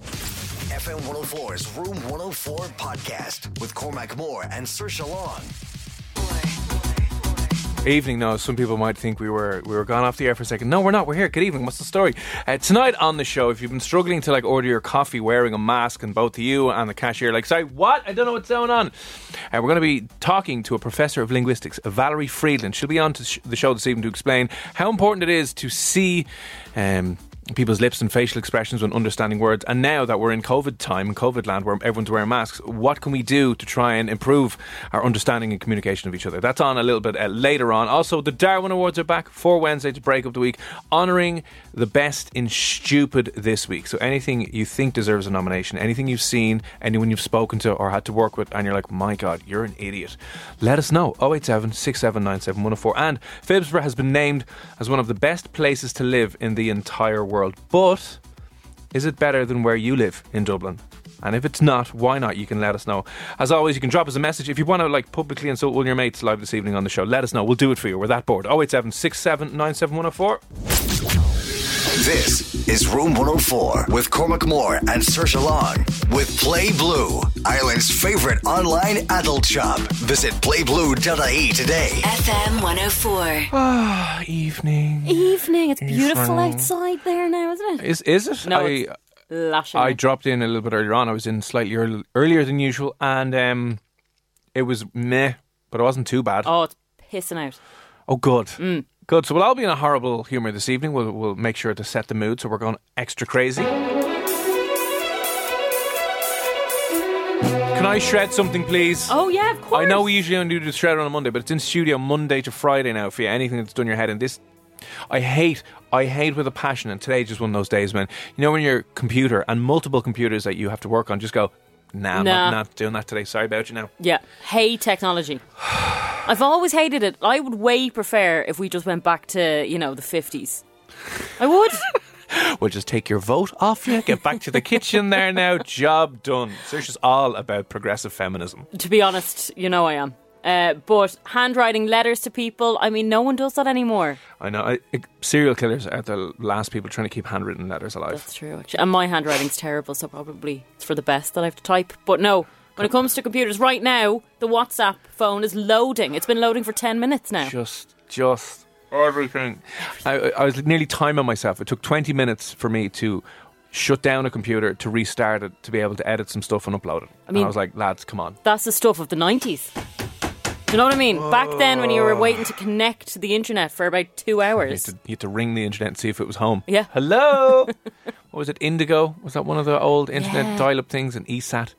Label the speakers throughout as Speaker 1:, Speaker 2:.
Speaker 1: FM 104's Room 104 podcast with Cormac Moore and Sir Long.
Speaker 2: Evening now. Some people might think we were we were gone off the air for a second. No, we're not. We're here. Good evening. What's the story? Uh, tonight on the show, if you've been struggling to like order your coffee wearing a mask, and both you and the cashier like, sorry, what? I don't know what's going on. Uh, we're going to be talking to a professor of linguistics, Valerie Friedland. She'll be on to sh- the show this evening to explain how important it is to see. Um, people's lips and facial expressions when understanding words. And now that we're in COVID time, in COVID land, where everyone's wearing masks, what can we do to try and improve our understanding and communication of each other? That's on a little bit uh, later on. Also, the Darwin Awards are back for Wednesday to break up the week, honouring the best in stupid this week. So anything you think deserves a nomination, anything you've seen, anyone you've spoken to or had to work with, and you're like, my God, you're an idiot. Let us know. 087 6797 104. And Phibsborough has been named as one of the best places to live in the entire world world. But is it better than where you live in Dublin? And if it's not, why not? You can let us know. As always, you can drop us a message if you want to like publicly insult all your mates live this evening on the show. Let us know. We'll do it for you. We're that bored. 087
Speaker 1: This is Room 104 with Cormac Moore and Sir Long with Play Blue, Ireland's favorite online adult shop. Visit playblue.ie today.
Speaker 3: FM 104.
Speaker 2: Ah, evening.
Speaker 4: Evening. It's beautiful
Speaker 2: fine.
Speaker 4: outside there now, isn't it?
Speaker 2: Is is it?
Speaker 4: No,
Speaker 2: I
Speaker 4: it's Lashing.
Speaker 2: I dropped in a little bit earlier on. I was in slightly earl- earlier than usual, and um, it was meh, but it wasn't too bad.
Speaker 4: oh, Mm. it's pissing out.
Speaker 2: Oh, good. Good. So we'll all be in a horrible humour this evening. We'll, we'll make sure to set the mood. So we're going extra crazy. Can I shred something, please?
Speaker 4: Oh yeah, of course.
Speaker 2: I know we usually only do the shred on a Monday, but it's in studio Monday to Friday now for you. Anything that's done your head in this. I hate, I hate with a passion, and today's just one of those days, man. You know when your computer and multiple computers that you have to work on just go, nah, I'm not,
Speaker 4: Nah.
Speaker 2: not doing that today. Sorry about you now.
Speaker 4: Yeah, hate technology. I've always hated it. I would way prefer if we just went back to you know the fifties. I would.
Speaker 2: We'll just take your vote off you. Get back to the kitchen there now. Job done. So it's just all about progressive feminism.
Speaker 4: to be honest, you know I am. Uh, but handwriting letters to people. I mean, no one does that anymore.
Speaker 2: I know. I, I- serial killers are the last people trying to keep handwritten letters alive.
Speaker 4: That's true, actually. And my handwriting's terrible, so probably it's for the best that I have to type. But no, when it comes to computers, right now, the WhatsApp phone is loading. It's been loading for 10 minutes now.
Speaker 2: Just, just everything. I, I was nearly timing myself. It took 20 minutes for me to shut down a computer, to restart it, to be able to edit some stuff and upload it. and
Speaker 4: mean-
Speaker 2: I was like, lads, come on.
Speaker 4: That's the stuff of the 90s. Do you know what I mean? Back then, when you were waiting to connect to the internet for about two
Speaker 2: You
Speaker 4: hours.
Speaker 2: had, to, you had to ring the internet and see if it was home.
Speaker 4: Yeah.
Speaker 2: Hello. what was it? Indigo? Was that one of the old internet
Speaker 4: Yeah. Uh,
Speaker 2: dial-up things? And E ESAT.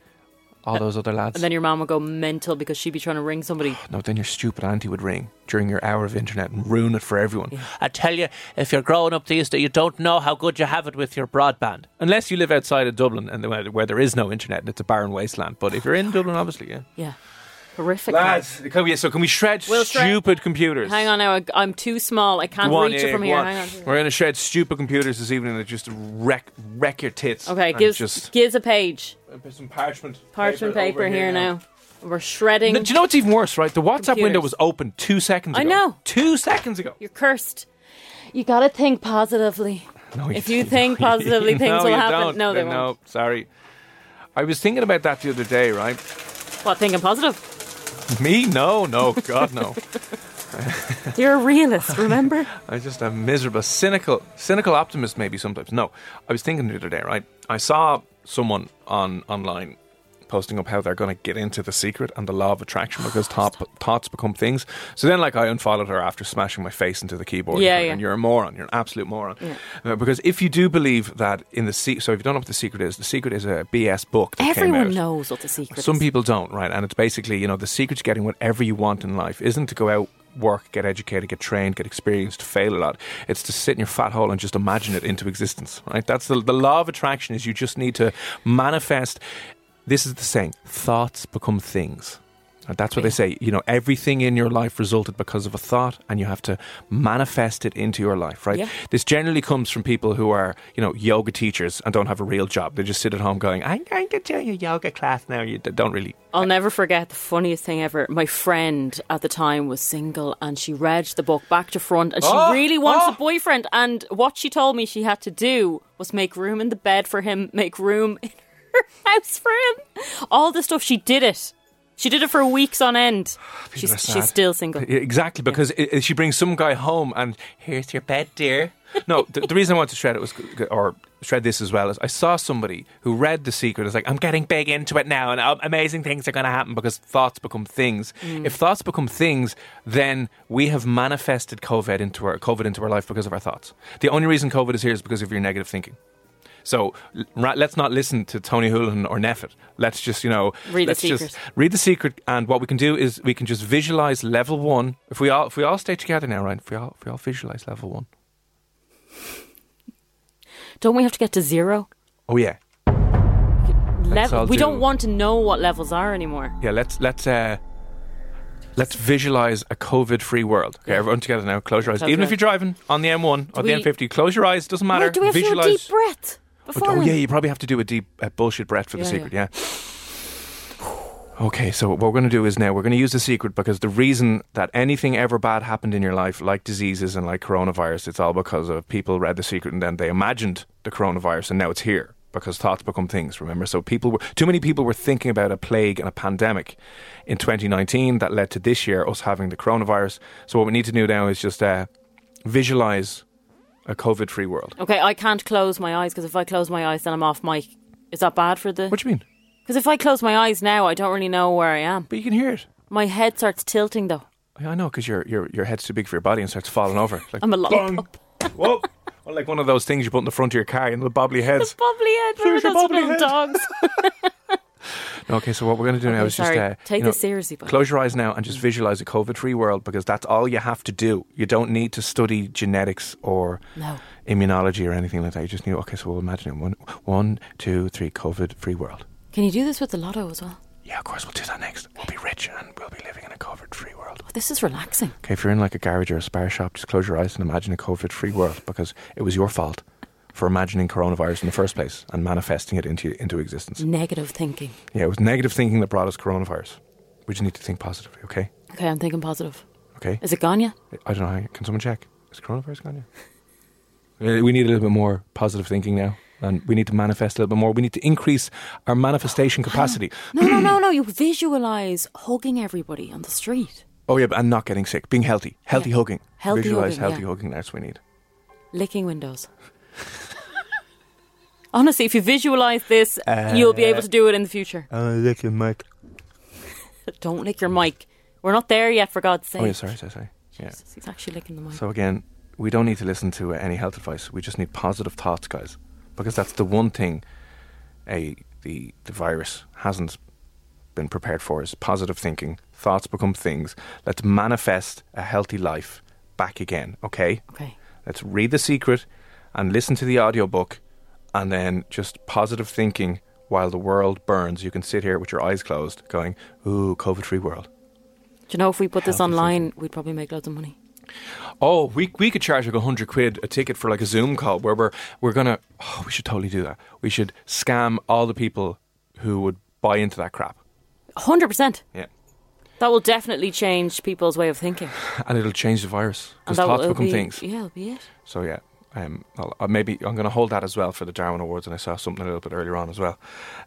Speaker 2: All those other lads.
Speaker 4: And then your mom would go mental because she'd be trying to ring somebody.
Speaker 2: No, then your stupid auntie would ring during your hour of internet and ruin it for everyone. I tell you, if you're growing up these days, you don't know how good you have it with your broadband. Unless you live outside of Dublin and where- where there is no internet and it's a barren wasteland. But if you're in Dublin, obviously, yeah.
Speaker 4: Yeah. Horrific.
Speaker 2: Lads, can we, so can we shred
Speaker 4: We'll shred-
Speaker 2: stupid computers?
Speaker 4: Hang on now, I- I'm too small. I can't
Speaker 2: Go on,
Speaker 4: reach
Speaker 2: yeah,
Speaker 4: it from
Speaker 2: go
Speaker 4: here.
Speaker 2: on.
Speaker 4: Hang on.
Speaker 2: We're going to shred stupid computers this evening that just wreck, wreck your tits.
Speaker 4: Okay,
Speaker 2: and
Speaker 4: gives,
Speaker 2: just
Speaker 4: gives a page.
Speaker 2: put some parchment
Speaker 4: Parchment paper,
Speaker 2: over
Speaker 4: here, now. We're shredding.
Speaker 2: No, do you know what's even worse, right? The WhatsApp window
Speaker 4: Computers.
Speaker 2: was open two seconds
Speaker 4: I
Speaker 2: ago.
Speaker 4: know.
Speaker 2: Two seconds ago.
Speaker 4: You're cursed. You gotta think positively.
Speaker 2: No,
Speaker 4: If you
Speaker 2: don't.
Speaker 4: think positively,
Speaker 2: No,
Speaker 4: things will
Speaker 2: you
Speaker 4: happen.
Speaker 2: don't.
Speaker 4: No, they
Speaker 2: no,
Speaker 4: won't.
Speaker 2: sorry. I was thinking about that the other day, right?
Speaker 4: What, thinking positive?
Speaker 2: Me? No, no, God, no.
Speaker 4: You're a realist, remember?
Speaker 2: I'm just a miserable, cynical, cynical optimist. Maybe sometimes. No, I was thinking the other day. Right, I saw someone on online posting up how they're going to get into the secret and the law of attraction
Speaker 4: Ah,
Speaker 2: because top, thoughts become things. So then, like, I unfollowed her after smashing my face into the keyboard.
Speaker 4: Yeah,
Speaker 2: and,
Speaker 4: yeah.
Speaker 2: and you're a moron. You're an absolute moron. Uh, because if you do believe that in the secret, so if you don't know what the secret is, the secret is a BS book. That came
Speaker 4: Everyone
Speaker 2: out.
Speaker 4: knows what the secret
Speaker 2: Some
Speaker 4: is.
Speaker 2: people don't, right? And it's basically, you know, the secret to getting whatever you want in life isn't to go out, work, get educated, get trained, get experienced, fail a lot. It's to sit in your fat hole and just imagine it into existence, right? That's the, the law of attraction is you just need to manifest. This is the saying, thoughts become things. And that's what they say. You know, everything in your life resulted because of a thought, and you have to manifest it into your life, right?
Speaker 4: Yeah.
Speaker 2: This generally comes from people who are, you know, yoga teachers and don't have a real job. They just sit at home going, I'm going to do a yoga class now. You d- don't really.
Speaker 4: I'll never forget the funniest thing ever. My friend at the time was single and she read the book back to front and she
Speaker 2: Oh,
Speaker 4: really wants
Speaker 2: oh.
Speaker 4: a boyfriend. And what she told me she had to do was make room in the bed for him, make room in her house for him. All the stuff. She did it. She did it for weeks on end. She's,
Speaker 2: are sad.
Speaker 4: she's still single.
Speaker 2: Yeah, Exactly, because i i- she brings some guy home and here's your bed, dear. No, the, the reason I wanted to shred it was, or shred this as well, is I saw somebody who read The Secret. It's like, I'm getting big into it now, and uh, amazing things are going to happen because thoughts become things.
Speaker 4: Mm.
Speaker 2: If thoughts become things, then we have manifested COVID into our COVID into our life because of our thoughts. The only reason COVID is here is because of your negative thinking. So l- ra- let's not listen to Tony Hoolan or Neffet. Let's just, you know,
Speaker 4: Read The
Speaker 2: let's just
Speaker 4: Secret.
Speaker 2: read the secret. And what we can do is we can just visualize level one. If we all if we all stay together now, right? If we all if we all visualize level one.
Speaker 4: Don't we have to get to zero?
Speaker 2: Oh yeah,
Speaker 4: Level.
Speaker 2: all
Speaker 4: we
Speaker 2: do-
Speaker 4: don't want to know what levels are anymore.
Speaker 2: yeah. Let's let's uh, let's visualize a COVID-free world. Okay, everyone together now. Close your eyes.
Speaker 4: Close
Speaker 2: Even
Speaker 4: your
Speaker 2: if
Speaker 4: eyes.
Speaker 2: you're driving on the M1 or
Speaker 4: we-
Speaker 2: the M50, close your eyes. Doesn't matter.
Speaker 4: Wait, do we have to do a
Speaker 2: visualize.
Speaker 4: deep breath
Speaker 2: Oh,
Speaker 4: before?
Speaker 2: oh
Speaker 4: then?
Speaker 2: yeah, you probably have to do a deep uh, bullshit breath for the
Speaker 4: Yeah,
Speaker 2: secret. Yeah. Okay, so what we're going to do is now we're going to use the secret because the reason that anything ever bad happened in your life, like diseases and like coronavirus, it's all because of people read the secret and then they imagined the coronavirus and now it's here because thoughts become things. Remember, so people were too many people were thinking about a plague and a pandemic in 2019 that led to this year us having the coronavirus. So what we need to do now is just uh, visualize a COVID-free world.
Speaker 4: Okay, I can't close my eyes because if I close my eyes, then I'm off mic. Is that bad for the?
Speaker 2: What do you mean?
Speaker 4: Because if I close my eyes now, I don't really know where I am.
Speaker 2: But you can hear it.
Speaker 4: My head starts tilting though.
Speaker 2: Yeah, I know, because your, your your head's too big for your body and starts falling over. Like,
Speaker 4: I'm a
Speaker 2: bong.
Speaker 4: lollipop.
Speaker 2: Whoa! Well, like one of those things you put in the front of your car, and the bobbly
Speaker 4: The
Speaker 2: heads.
Speaker 4: bubbly head.
Speaker 2: There's
Speaker 4: Remember
Speaker 2: your
Speaker 4: those
Speaker 2: bubbly
Speaker 4: little
Speaker 2: head.
Speaker 4: dogs?
Speaker 2: Okay, so what we're going to do now
Speaker 4: Okay,
Speaker 2: is
Speaker 4: sorry.
Speaker 2: just uh,
Speaker 4: Take
Speaker 2: you know,
Speaker 4: this seriously, bud.
Speaker 2: Close your eyes now and just visualize a COVID-free world because that's all you have to do. You don't need to study genetics or
Speaker 4: No.
Speaker 2: immunology or anything like that. You just need. Okay, so we'll imagine it. One, one, two, three. COVID-free world.
Speaker 4: Can you do this with the lotto as well?
Speaker 2: Yeah, of course we'll do that next. We'll be rich and we'll be living in a COVID-free world.
Speaker 4: Oh, this is relaxing.
Speaker 2: Okay, if you're in like a garage or a spare shop, just close your eyes and imagine a COVID free world because it was your fault for imagining coronavirus in the first place and manifesting it into, into existence.
Speaker 4: Negative thinking.
Speaker 2: Yeah, it was negative thinking that brought us coronavirus. We just need to think positively, okay?
Speaker 4: Okay, I'm thinking positive.
Speaker 2: Okay?
Speaker 4: Is it gone yet?
Speaker 2: I don't know. how- Can someone check? Is coronavirus gone yet? Uh, We need a little bit more positive thinking now. And we need to manifest a little bit more. We need to increase our manifestation capacity.
Speaker 4: No, no, no, no. You visualize hugging everybody on the street,
Speaker 2: Oh, yeah, but- and not getting sick, being healthy, healthy
Speaker 4: Yeah.
Speaker 2: hugging.
Speaker 4: Healthy
Speaker 2: Visualize
Speaker 4: hugging,
Speaker 2: healthy
Speaker 4: yeah.
Speaker 2: hugging. That's what we need.
Speaker 4: licking windows. Honestly, if you visualize this, you'll be able to do it in the future.
Speaker 2: Uh, licking, Mike.
Speaker 4: Don't lick your mic. We're not there yet, for God's sake.
Speaker 2: Oh, yeah, sorry, sorry, sorry. Yeah.
Speaker 4: Jesus, He's actually licking the mic.
Speaker 2: So again, we don't need to listen to uh, any health advice. We just need positive thoughts, guys, because that's the one thing a the the virus hasn't been prepared for is positive thinking. Thoughts become things. Let's manifest a healthy life back again, okay?
Speaker 4: okay.
Speaker 2: Let's read The Secret and listen to the audiobook and then just positive thinking while the world burns. You can sit here with your eyes closed going, "Ooh, COVID-free world."
Speaker 4: Do you know if we put this
Speaker 2: Healthy
Speaker 4: online, we'd probably make loads of money.
Speaker 2: Oh, we we could charge like a hundred quid a ticket for like a Zoom call where we're we're gonna. Oh, we should totally do that. We should scam all the people who would buy into that crap.
Speaker 4: Hundred percent.
Speaker 2: Yeah,
Speaker 4: That will definitely change people's way of thinking.
Speaker 2: and it'll change the virus because
Speaker 4: that
Speaker 2: thoughts
Speaker 4: will
Speaker 2: become
Speaker 4: be,
Speaker 2: things.
Speaker 4: Yeah, it'll be it.
Speaker 2: So yeah, um, I'll, i maybe I'm going to hold that as well for the Darwin Awards, and I saw something a little bit earlier on as well.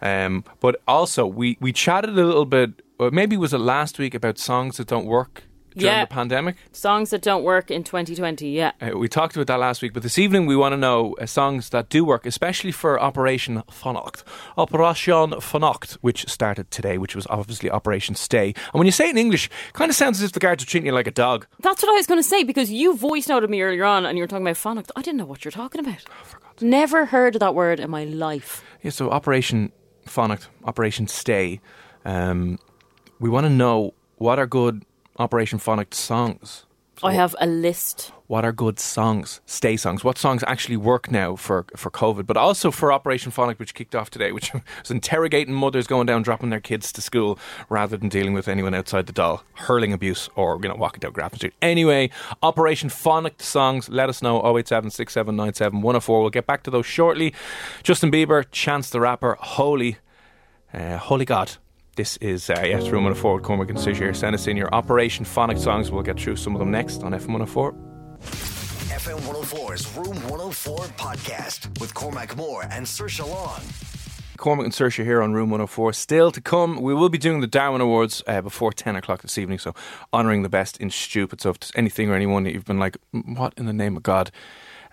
Speaker 2: Um, but also, we we chatted a little bit, or maybe was it last week about songs that don't work during
Speaker 4: Yeah.
Speaker 2: the pandemic.
Speaker 4: Songs that don't work in 2020. Yeah.
Speaker 2: Uh, we talked about that last week, but this evening we want to know uh, songs that do work, especially for Operation Fonacht. Operation Fonacht, which started today, which was obviously Operation Stay. And when you say it in English, it kind of sounds as if the guards are treating you like a dog.
Speaker 4: That's what I was going to say because you voice noted me earlier on and you were talking about phonics. I didn't know what you're talking about.
Speaker 2: Oh,
Speaker 4: Never heard of that word in my life.
Speaker 2: Yeah, so Operation Fonacht, Operation Stay. Um, we want to know what are good Operation Fonacht songs.
Speaker 4: I have a list.
Speaker 2: What are good songs, stay songs? What songs actually work now for, for COVID, but also for Operation Phonic, which kicked off today, which was interrogating mothers going down, dropping their kids to school rather than dealing with anyone outside the doll, hurling abuse or you know walking down Grafton Street. Anyway, Operation Phonic songs. Let us know 087 6797 104. We'll get back to those shortly. Justin Bieber, Chance the Rapper, Holy. Uh, Holy God. This is, uh, yes, Room 104 with Cormac and Sush here. Send us in your Operation Phonic songs. We'll get through some of them next on FM104.
Speaker 1: FM 104's Room 104 podcast with Cormac Moore and Sir Long.
Speaker 2: Cormac and Saoirse here on Room 104. Still to come, we will be doing the Darwin Awards uh, before 10 o'clock this evening, so honouring the best in stupid. So if there's anything or anyone that you've been like, "Mm, what in the name of God,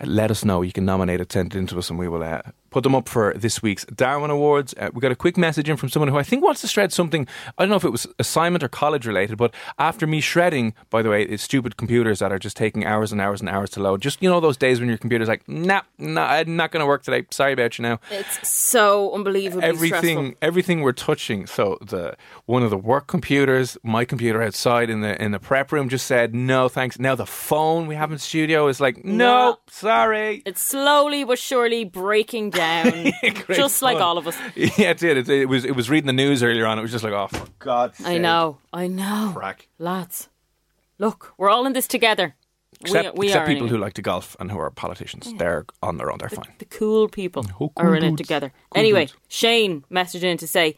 Speaker 2: uh, let us know. You can nominate it, send it into us, and we will uh, put them up for this week's Darwin Awards. Uh, we got a quick message in from someone who I think wants to shred something. I don't know if it was assignment or college related, but after me shredding, by the way, it's stupid computers that are just taking hours and hours and hours to load. Just, you know, those days when your computer's like, nah, nah, I'm not going to work today. Sorry about you now
Speaker 4: It's so unbelievably
Speaker 2: everything everything we're touching so the one of the work computers my computer outside in the in the prep room just said no thanks now the phone we have in studio is like no,
Speaker 4: No.
Speaker 2: sorry
Speaker 4: It's slowly but surely breaking down, just like
Speaker 2: fun.
Speaker 4: all of us.
Speaker 2: yeah it did it, it was it was reading the news earlier on it was just like oh for god's
Speaker 4: I
Speaker 2: sake.
Speaker 4: know, I know,
Speaker 2: Crack.
Speaker 4: lads. Look, we're all in this together.
Speaker 2: except,
Speaker 4: we, we
Speaker 2: except
Speaker 4: are
Speaker 2: people who
Speaker 4: anyway.
Speaker 2: like to golf and who are politicians they're on their own they're fine
Speaker 4: the cool people
Speaker 2: cool
Speaker 4: are in
Speaker 2: dudes.
Speaker 4: it together.
Speaker 2: Cool
Speaker 4: anyway,
Speaker 2: dudes.
Speaker 4: Shane messaged in to say,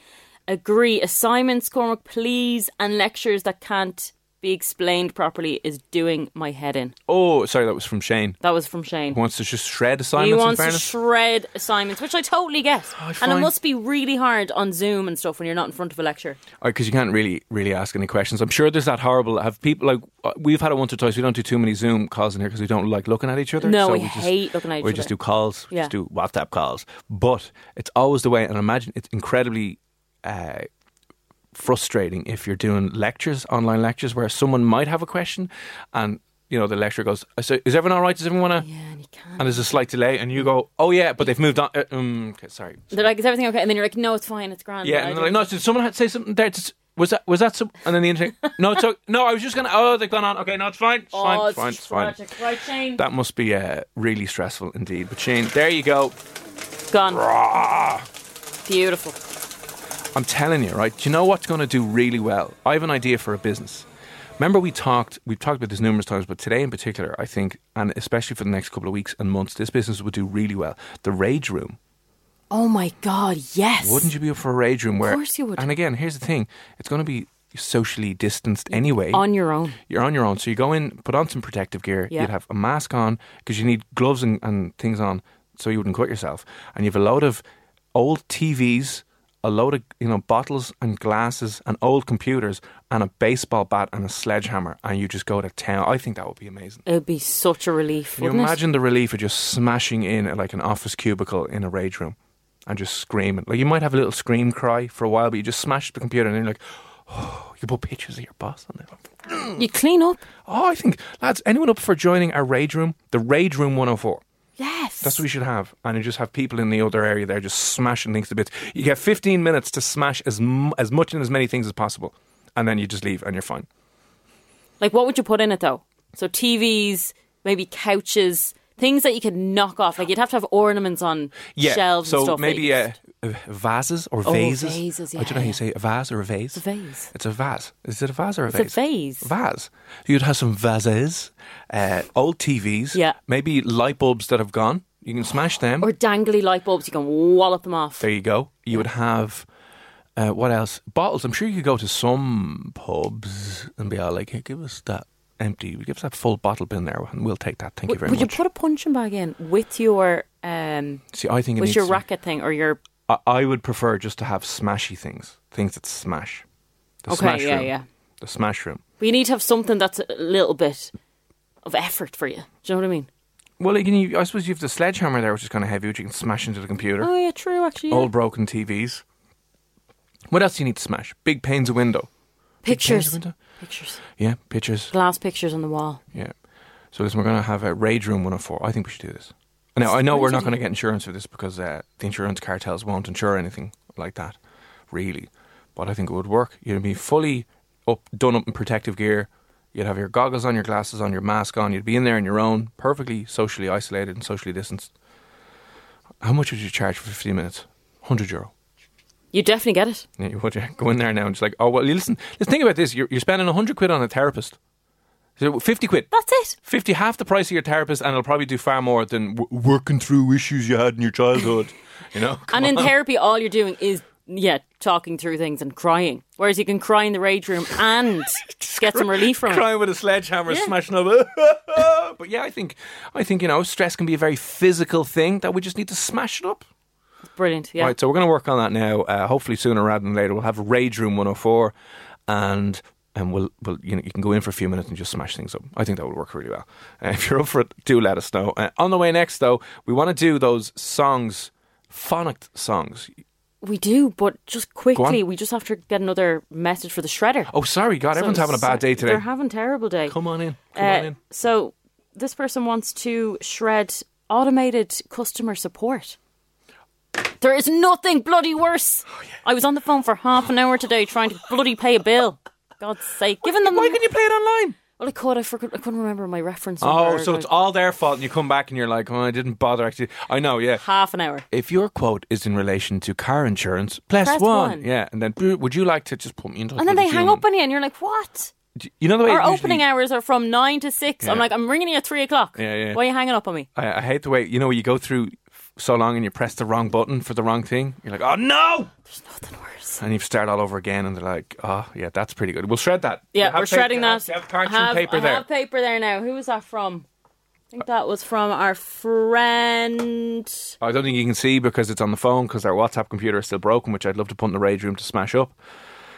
Speaker 4: "Agree assignments, Cormac, please, and lectures that can't be explained properly is doing my head in."
Speaker 2: oh sorry that was from shane
Speaker 4: That was from Shane.
Speaker 2: who wants to just shred
Speaker 4: He
Speaker 2: assignments in
Speaker 4: wants to
Speaker 2: fairness
Speaker 4: shred assignments, which I totally get,
Speaker 2: I
Speaker 4: and it
Speaker 2: find-
Speaker 4: must be really hard on Zoom and stuff when you're not in front of a lecture.
Speaker 2: because Oh, you can't really really ask any questions. I'm sure there's that horrible. Have people like uh, we've had it once or twice. We don't do too many Zoom calls in here because we don't like looking at each other.
Speaker 4: No,
Speaker 2: so
Speaker 4: we
Speaker 2: just,
Speaker 4: hate looking at each
Speaker 2: We just
Speaker 4: other.
Speaker 2: do calls. We just
Speaker 4: Yeah.
Speaker 2: do WhatsApp calls. But it's always the way, and I imagine it's incredibly. Uh, frustrating if you're doing lectures, online lectures, where someone might have a question, and you know the lecturer goes, "So is everyone all right? Does everyone want to?"
Speaker 4: Yeah, and you can't. Mm.
Speaker 2: And there's a slight delay, and you go, "Oh yeah," but they've moved on. Uh, um, okay, sorry.
Speaker 4: They're like, is everything okay? And then you're like, no, it's fine, it's grand.
Speaker 2: Yeah,
Speaker 4: I
Speaker 2: and they're like,
Speaker 4: didn't-
Speaker 2: no, did someone had- say something there? Just- was that was that some? And then the internet. No, it's okay. no. I was just gonna. Oh, they've gone on. Okay, no, it's fine. It's fine.
Speaker 4: oh,
Speaker 2: It's fine. It's fine.
Speaker 4: tragic. Right, Shane?
Speaker 2: That must be uh, really stressful indeed. But Shane, there you go.
Speaker 4: Gone.
Speaker 2: Ah,
Speaker 4: Beautiful.
Speaker 2: I'm telling you, right? Do you know what's going to do really well? I have an idea for a business. Remember, we talked. We've talked about this numerous times, but today in particular, I think, and especially for the next couple of weeks and months, this business would do really well. The Rage Room.
Speaker 4: Oh my God, yes.
Speaker 2: Wouldn't you be up for a rage room? Where,
Speaker 4: course you would.
Speaker 2: And again, here's the thing: it's going to be socially distanced anyway.
Speaker 4: On your own.
Speaker 2: You're on your own, so you go in, put on some protective gear.
Speaker 4: Yeah.
Speaker 2: You'd have a mask on because you need gloves and, and things on, so you wouldn't cut yourself. And you've a load of old TVs, a load of you know bottles and glasses and old computers and a baseball bat and a sledgehammer, and you just go to town. I think that would be amazing.
Speaker 4: It would be such a relief.
Speaker 2: Can you
Speaker 4: wouldn't it?
Speaker 2: imagine the relief of just smashing in at like an office cubicle in a rage room and just screaming? Like you might have a little scream cry for a while, but you just smash the computer and then you're like, oh, you put pictures of your boss on there.
Speaker 4: You clean up.
Speaker 2: Oh, I think, lads, anyone up for joining our rage room? The Rage Room 104.
Speaker 4: Yes.
Speaker 2: That's what we should have. And you just have people in the other area there just smashing things to bits. You get 15 minutes to smash as, m- as much and as many things as possible. And then you just leave and you're fine.
Speaker 4: like, what would you put in it though? So TVs, maybe couches, things that you could knock off. Like you'd have to have ornaments on
Speaker 2: yeah.
Speaker 4: shelves.
Speaker 2: so
Speaker 4: and stuff
Speaker 2: maybe
Speaker 4: that
Speaker 2: uh, uh, vases or
Speaker 4: Oh,
Speaker 2: vases.
Speaker 4: vases,
Speaker 2: I don't know how
Speaker 4: yeah.
Speaker 2: you say it, a vase or a vase. It's
Speaker 4: a vase.
Speaker 2: It's a vase. Is it a vase or a
Speaker 4: It's a
Speaker 2: vase?
Speaker 4: vase.
Speaker 2: Vase. You'd have some vases, uh, old TVs.
Speaker 4: Yeah.
Speaker 2: Maybe light bulbs that have gone. You can smash them.
Speaker 4: or dangly light bulbs. You can wallop them off.
Speaker 2: there you go. You would have. Uh, what else? Bottles. I'm sure you could go to some pubs and be all like, hey, "Give us that empty, give us that full bottle bin there, and we'll take that." Thank you
Speaker 4: Would-
Speaker 2: very
Speaker 4: would
Speaker 2: much.
Speaker 4: you put a punching bag in with your um,
Speaker 2: See, I think it
Speaker 4: with
Speaker 2: needs
Speaker 4: your
Speaker 2: to be-
Speaker 4: racket thing or your
Speaker 2: I, I would prefer just to have smashy things, things that smash. The
Speaker 4: Okay,
Speaker 2: smash
Speaker 4: yeah,
Speaker 2: room.
Speaker 4: yeah.
Speaker 2: The smash room.
Speaker 4: But you need to have something that's a little bit of effort for you. Do you know what I mean?
Speaker 2: Well, you can, you, I suppose you have the sledgehammer there, which is kind of heavy, which you can smash into the computer.
Speaker 4: Oh yeah, true. Actually, yeah.
Speaker 2: Old broken TVs. What else do you need to smash? Big panes of window. Panes of
Speaker 4: pictures,
Speaker 2: window?
Speaker 4: pictures,
Speaker 2: Yeah, pictures.
Speaker 4: glass pictures on the wall.
Speaker 2: Yeah. So listen, we're going to have a Rage Room 104. I think we should do this. Now, I know we're not going to get insurance for this because uh, the insurance cartels won't insure anything like that, really. But I think it would work. You'd be fully up, done up in protective gear. You'd have your goggles on, your glasses on, your mask on. You'd be in there on your own, perfectly socially isolated and socially distanced. How much would you charge for 15 minutes? 100 euro.
Speaker 4: You definitely get it.
Speaker 2: Yeah, you would yeah. go in there now and just like, oh, well, you listen, let's think about this. You're, you're spending 100 quid on a therapist. So 50 quid.
Speaker 4: That's it.
Speaker 2: 50 half the price of your therapist and it'll probably do far more than w- working through issues you had in your childhood you know Come
Speaker 4: and in
Speaker 2: on.
Speaker 4: therapy, all you're doing is yeah, talking through things and crying. Whereas you can cry in the rage room and get some relief from it.
Speaker 2: crying with a sledgehammer smashing up but yeah i think i think you know stress can be a very physical thing that we just need to smash it up
Speaker 4: Brilliant. Yeah.
Speaker 2: right so we're going to work on that now uh, hopefully sooner rather than later we'll have rage room 104 and and we'll, we'll you know you can go in for a few minutes and just smash things up. I think that would work really well. Uh, if you're up for it, do let us know. Uh, on the way next, though, we want to do those songs, phonic songs.
Speaker 4: We do, but just quickly,
Speaker 2: on.
Speaker 4: we just have to get another message for the shredder.
Speaker 2: Oh, sorry, God, everyone's
Speaker 4: So
Speaker 2: having a bad day
Speaker 4: sorry.
Speaker 2: today.
Speaker 4: They're having a terrible day.
Speaker 2: Come on in. Come
Speaker 4: Uh,
Speaker 2: on in.
Speaker 4: So this person wants to shred automated customer support. There is nothing bloody worse.
Speaker 2: Oh,
Speaker 4: I was on the phone for half an hour today trying to bloody pay a bill. God's sake, giving them.
Speaker 2: Why can you play it online?
Speaker 4: Well, I could. I, forgot, I couldn't remember my reference.
Speaker 2: Oh,
Speaker 4: number,
Speaker 2: so it's
Speaker 4: like,
Speaker 2: all their fault, and you come back and you're like, oh, I didn't bother actually. I know, yeah.
Speaker 4: half an hour.
Speaker 2: If your quote is in relation to car insurance, plus
Speaker 4: Press
Speaker 2: one.
Speaker 4: one.
Speaker 2: Yeah, and then "Boo, would you like to just put me in touch
Speaker 4: And then
Speaker 2: with
Speaker 4: they
Speaker 2: a
Speaker 4: hang
Speaker 2: human?"
Speaker 4: up on you, and you're like, "What?
Speaker 2: D- You know the way it
Speaker 4: Our
Speaker 2: usually-
Speaker 4: opening hours are from nine to six. I'm
Speaker 2: Yeah.
Speaker 4: like, "I'm ringing you at three o'clock.
Speaker 2: Yeah, yeah.
Speaker 4: Why are you hanging up on me?
Speaker 2: I, I hate the way, you know, you go through f- so long and you press the wrong button for the wrong thing. You're like, oh, no!
Speaker 4: There's nothing worse.
Speaker 2: And you start all over again, and they're like, oh, yeah, that's pretty good. We'll shred that.
Speaker 4: Yeah,
Speaker 2: Have
Speaker 4: we're
Speaker 2: pa-
Speaker 4: shredding
Speaker 2: have-
Speaker 4: that.
Speaker 2: Have parchment
Speaker 4: I have-
Speaker 2: paper
Speaker 4: I
Speaker 2: there.
Speaker 4: have paper there now. Who was that from? I think that was from our friend.
Speaker 2: I don't think you can see because it's on the phone because our WhatsApp computer is still broken, which I'd love to put in the rage room to smash up.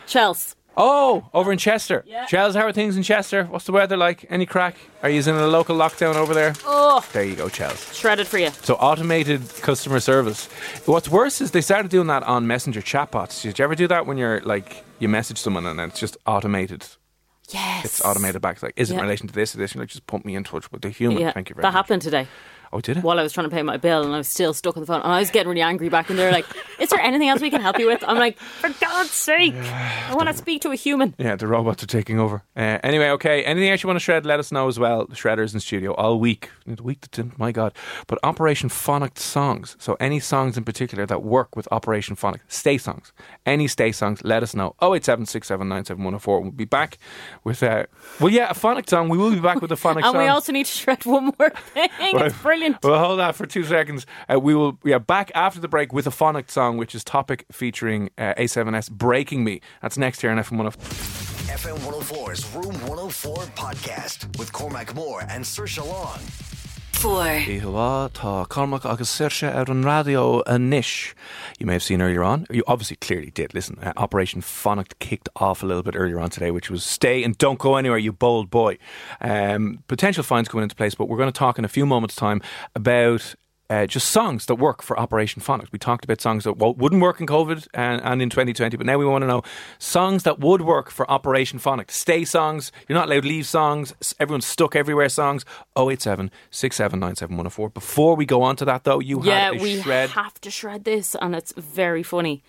Speaker 4: Chels.
Speaker 2: Oh, over in Chester.
Speaker 4: Yeah.
Speaker 2: Charles, how are things in Chester? What's the weather like? Any crack? Are you in a local lockdown over there?
Speaker 4: Oh,
Speaker 2: There you go, Charles.
Speaker 4: shredded for you.
Speaker 2: So automated customer service. What's worse is they started doing that on messenger chatbots. Did you ever do that when you're like you message someone and it's just automated?
Speaker 4: Yes.
Speaker 2: It's automated back. Like, is it in
Speaker 4: Yeah.
Speaker 2: relation to this or this? You're like, just put me in touch with the human.
Speaker 4: Yeah,
Speaker 2: Thank you very
Speaker 4: that
Speaker 2: much.
Speaker 4: happened today
Speaker 2: Oh, did it?
Speaker 4: while I was trying to pay my bill and I was still stuck on the phone and I was getting really angry back in there like, is there anything else we can help you with? I'm like, for God's sake, I want to speak to a human.
Speaker 2: Yeah, the robots are taking over. Uh, anyway, okay. Anything else you want to shred, let us know as well. The Shredder's in studio all week. The week that's in, my God. But Operation Phonic songs. So any songs in particular that work with Operation Phonic, stay songs. Any stay songs, let us know. 087 We'll be back with, uh, well, yeah, a Phonic song. We will be back with a Phonic
Speaker 4: And
Speaker 2: song.
Speaker 4: we also need to shred one more thing. It's
Speaker 2: Right.
Speaker 4: brilliant.
Speaker 2: Well, hold on for two seconds. Uh, we will we are back after the break with a phonic song, which is topic featuring uh, A7S "Breaking Me." That's next here on FM 104.
Speaker 1: FM 104's Room 104 podcast with Cormac Moore and Sir Long.
Speaker 3: Four.
Speaker 2: Ihuá tá Cormac agus Saoirse ar an radio a nish. You may have seen earlier on. You obviously clearly did. Listen, uh, Operation Phonic kicked off a little bit earlier on today, which was stay and don't go anywhere, you bold boy. Um, potential fines coming into place, but we're going to talk in a few moments' time about. Uh, just songs that work for Operation Phonics. We talked about songs that well, wouldn't work in COVID and, and in 2020, but now we want to know songs that would work for Operation Phonics. Stay songs, you're not allowed to leave songs, s- everyone's stuck everywhere songs. 087 6797104. Before we go on to that, though, you
Speaker 4: Yeah,
Speaker 2: had a
Speaker 4: we
Speaker 2: shred.
Speaker 4: have to shred this, and it's very funny.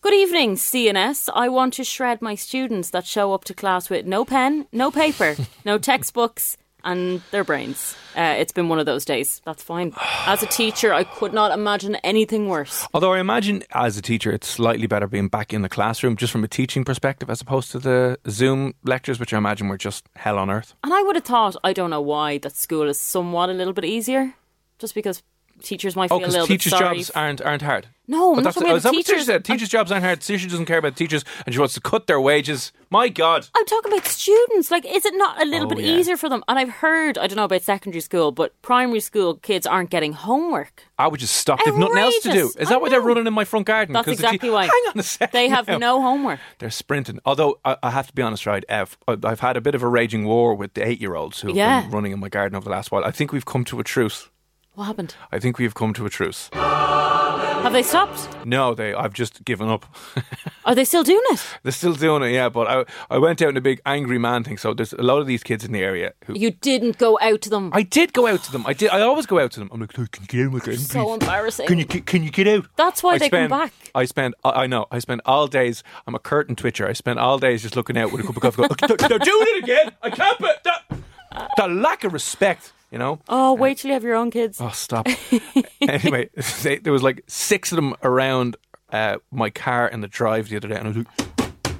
Speaker 4: Good evening, CNS. I want to shred my students that show up to class with no pen, no paper, no textbooks, and their brains. Uh, it's been one of those days. That's fine. As a teacher, I could not imagine anything worse.
Speaker 2: Although I imagine as a teacher, it's slightly better being back in the classroom just from a teaching perspective as opposed to the Zoom lectures, which I imagine were just hell on earth.
Speaker 4: And I would have thought, I don't know why, that school is somewhat a little bit easier, just because teachers might
Speaker 2: Oh,
Speaker 4: feel a
Speaker 2: because
Speaker 4: little bit
Speaker 2: teachers'
Speaker 4: sorry.
Speaker 2: jobs aren't aren't hard.
Speaker 4: No, I'm
Speaker 2: that's-
Speaker 4: not talking about
Speaker 2: oh, is that what the teacher
Speaker 4: teachers.
Speaker 2: said? Teachers' jobs aren't hard. Teacher doesn't care about teachers, and she wants to cut their wages. My God,
Speaker 4: I'm talking about students. Like, is it not a little
Speaker 2: Oh,
Speaker 4: bit
Speaker 2: yeah.
Speaker 4: easier for them? And I've heard, I don't know about secondary school, but primary school kids aren't getting homework.
Speaker 2: I would just stop. They've nothing else to do.
Speaker 4: Outrageous.
Speaker 2: Is that
Speaker 4: I
Speaker 2: why they're
Speaker 4: know.
Speaker 2: running in my front garden?
Speaker 4: That's
Speaker 2: 'Cause the te-
Speaker 4: exactly why.
Speaker 2: Hang on a second.
Speaker 4: They have
Speaker 2: now.
Speaker 4: no homework.
Speaker 2: They're sprinting. Although I, I have to be honest, right? Ev, I- I've had a bit of a raging war with the eight-year-olds who've
Speaker 4: Yeah.
Speaker 2: been running in my garden over the last while. I think we've come to a truce.
Speaker 4: What happened?
Speaker 2: I think we've come to a truce.
Speaker 4: Have they stopped?
Speaker 2: No, they. I've just given up.
Speaker 4: Are they still doing it?
Speaker 2: They're still doing it, yeah. But I, I went out in a big angry man thing. So there's a lot of these kids in the area who
Speaker 4: You didn't go out to them.
Speaker 2: I did go out to them. I did. I always go out to them. I'm like, "Hey, can you get out, my garden,
Speaker 4: so
Speaker 2: please?
Speaker 4: embarrassing.
Speaker 2: Can you get- can you get out?
Speaker 4: That's why they come
Speaker 2: spend-
Speaker 4: back.
Speaker 2: I spend. I I know. I spend all days. I'm a curtain twitcher. I spend all days just looking out with a cup of coffee. Going, "They're- they're doing it again. I can't. But that, the lack of respect. You know.
Speaker 4: oh, wait till you have your own kids.
Speaker 2: Oh, stop. anyway, they, there was like six of them around uh, my car in the drive the other day, and I was like,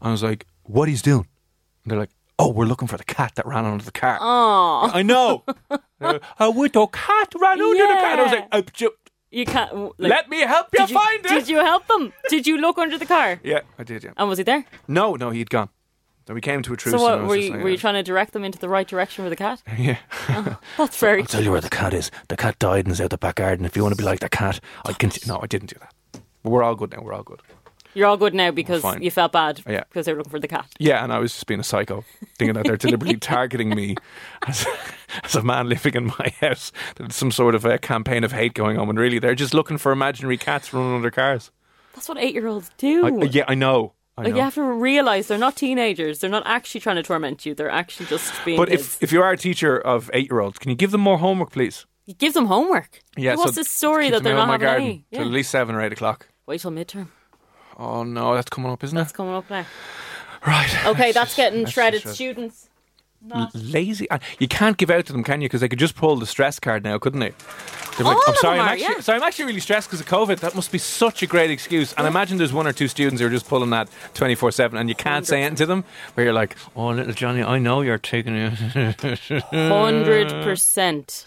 Speaker 2: I was like, "What he's doing?" And they're like, "Oh, we're looking for the cat that ran under the car." Oh, I know. A widow cat ran under the car. And I was like, oh, ju-
Speaker 4: You can't. w- Like,
Speaker 2: "Let me help you
Speaker 4: did
Speaker 2: find it."
Speaker 4: Did you help them? Did you look under the car?
Speaker 2: Yeah, I did. Yeah.
Speaker 4: And was he there?
Speaker 2: No, no, he'd gone. Then we came to a truce.
Speaker 4: So
Speaker 2: and I
Speaker 4: what,
Speaker 2: was
Speaker 4: were
Speaker 2: just
Speaker 4: you
Speaker 2: like,
Speaker 4: were you
Speaker 2: uh,
Speaker 4: trying to direct them into the right direction with the cat?
Speaker 2: Yeah.
Speaker 4: That's very.
Speaker 2: tell you where the cat is. The cat died and is out the back garden. If you want to be like the cat, I can. No, I didn't do that. But we're all good now. We're all good.
Speaker 4: You're all good now because
Speaker 2: fine.
Speaker 4: you felt bad
Speaker 2: Yeah.
Speaker 4: because they were looking for the cat.
Speaker 2: Yeah, and I was just being a psycho, thinking that they're deliberately targeting me as, as a man living in my house. There's some sort of a campaign of hate going on when really they're just looking for imaginary cats running under cars.
Speaker 4: That's what eight year olds do.
Speaker 2: I, yeah, I know. I
Speaker 4: Like
Speaker 2: know.
Speaker 4: you have to realize they're not teenagers. They're not actually trying to torment you. They're actually just being.
Speaker 2: but
Speaker 4: kids.
Speaker 2: if, if you are a teacher of eight year olds, can you give them more homework, please?
Speaker 4: you give them homework,
Speaker 2: Yeah,
Speaker 4: what's
Speaker 2: so
Speaker 4: this story
Speaker 2: keep
Speaker 4: that
Speaker 2: them
Speaker 4: they're
Speaker 2: out of
Speaker 4: not
Speaker 2: my
Speaker 4: having
Speaker 2: garden
Speaker 4: any?
Speaker 2: till at
Speaker 4: Yeah.
Speaker 2: least seven or eight o'clock.
Speaker 4: Wait till midterm.
Speaker 2: Oh no, that's coming up, isn't
Speaker 4: That's
Speaker 2: it?
Speaker 4: coming up now.
Speaker 2: Right.
Speaker 4: Okay, that's getting
Speaker 2: that's
Speaker 4: shredded.
Speaker 2: just-
Speaker 4: Students.
Speaker 2: lazy. And You can't give out to them, can you? Because they could just pull the stress card now, couldn't they? They're
Speaker 4: All
Speaker 2: I'm
Speaker 4: of
Speaker 2: sorry,
Speaker 4: them
Speaker 2: I'm
Speaker 4: are,
Speaker 2: actually,
Speaker 4: yeah.
Speaker 2: so I'm actually really stressed because of COVID. That must be such a great excuse. And I imagine there's one or two students who are just pulling that 24 7 and you can't say anything to them where you're like, oh, little Johnny, I know you're taking it.
Speaker 4: Hundred
Speaker 2: Uh.
Speaker 4: percent.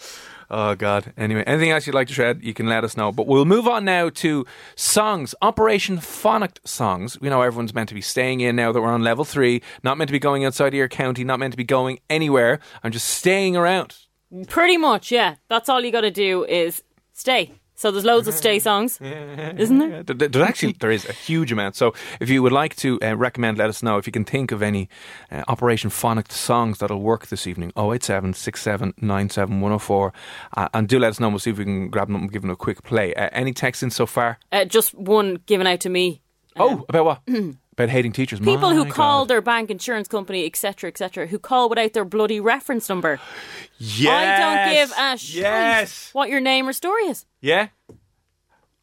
Speaker 2: oh, God. Anyway, anything else you'd like to shred, you can let us know. But we'll move on now to songs, Operation Phonic songs. We know everyone's meant to be staying in now that we're on level three, not meant to be going outside of your county, not meant to be going anywhere. I'm just staying around.
Speaker 4: Pretty much, yeah. That's all you got to do is stay. So there's loads of stay songs, isn't there?
Speaker 2: Th- th- There's actually there is a huge amount. So if you would like to uh, recommend, let us know if you can think of any uh, Operation Phonic songs that'll work this evening. 087 6797104. Uh, and do let us know. We'll see if we can grab them and give them a quick play. Uh, any texts in so far?
Speaker 4: Uh, just one given out to me.
Speaker 2: oh, about what? about hating teachers.
Speaker 4: Hmm. People
Speaker 2: My
Speaker 4: who call
Speaker 2: God.
Speaker 4: their bank, insurance company, etc., etc., who call without their bloody reference number. I don't
Speaker 2: Yes!
Speaker 4: give a shit
Speaker 2: Yes.
Speaker 4: what your name or story is.
Speaker 2: Yeah.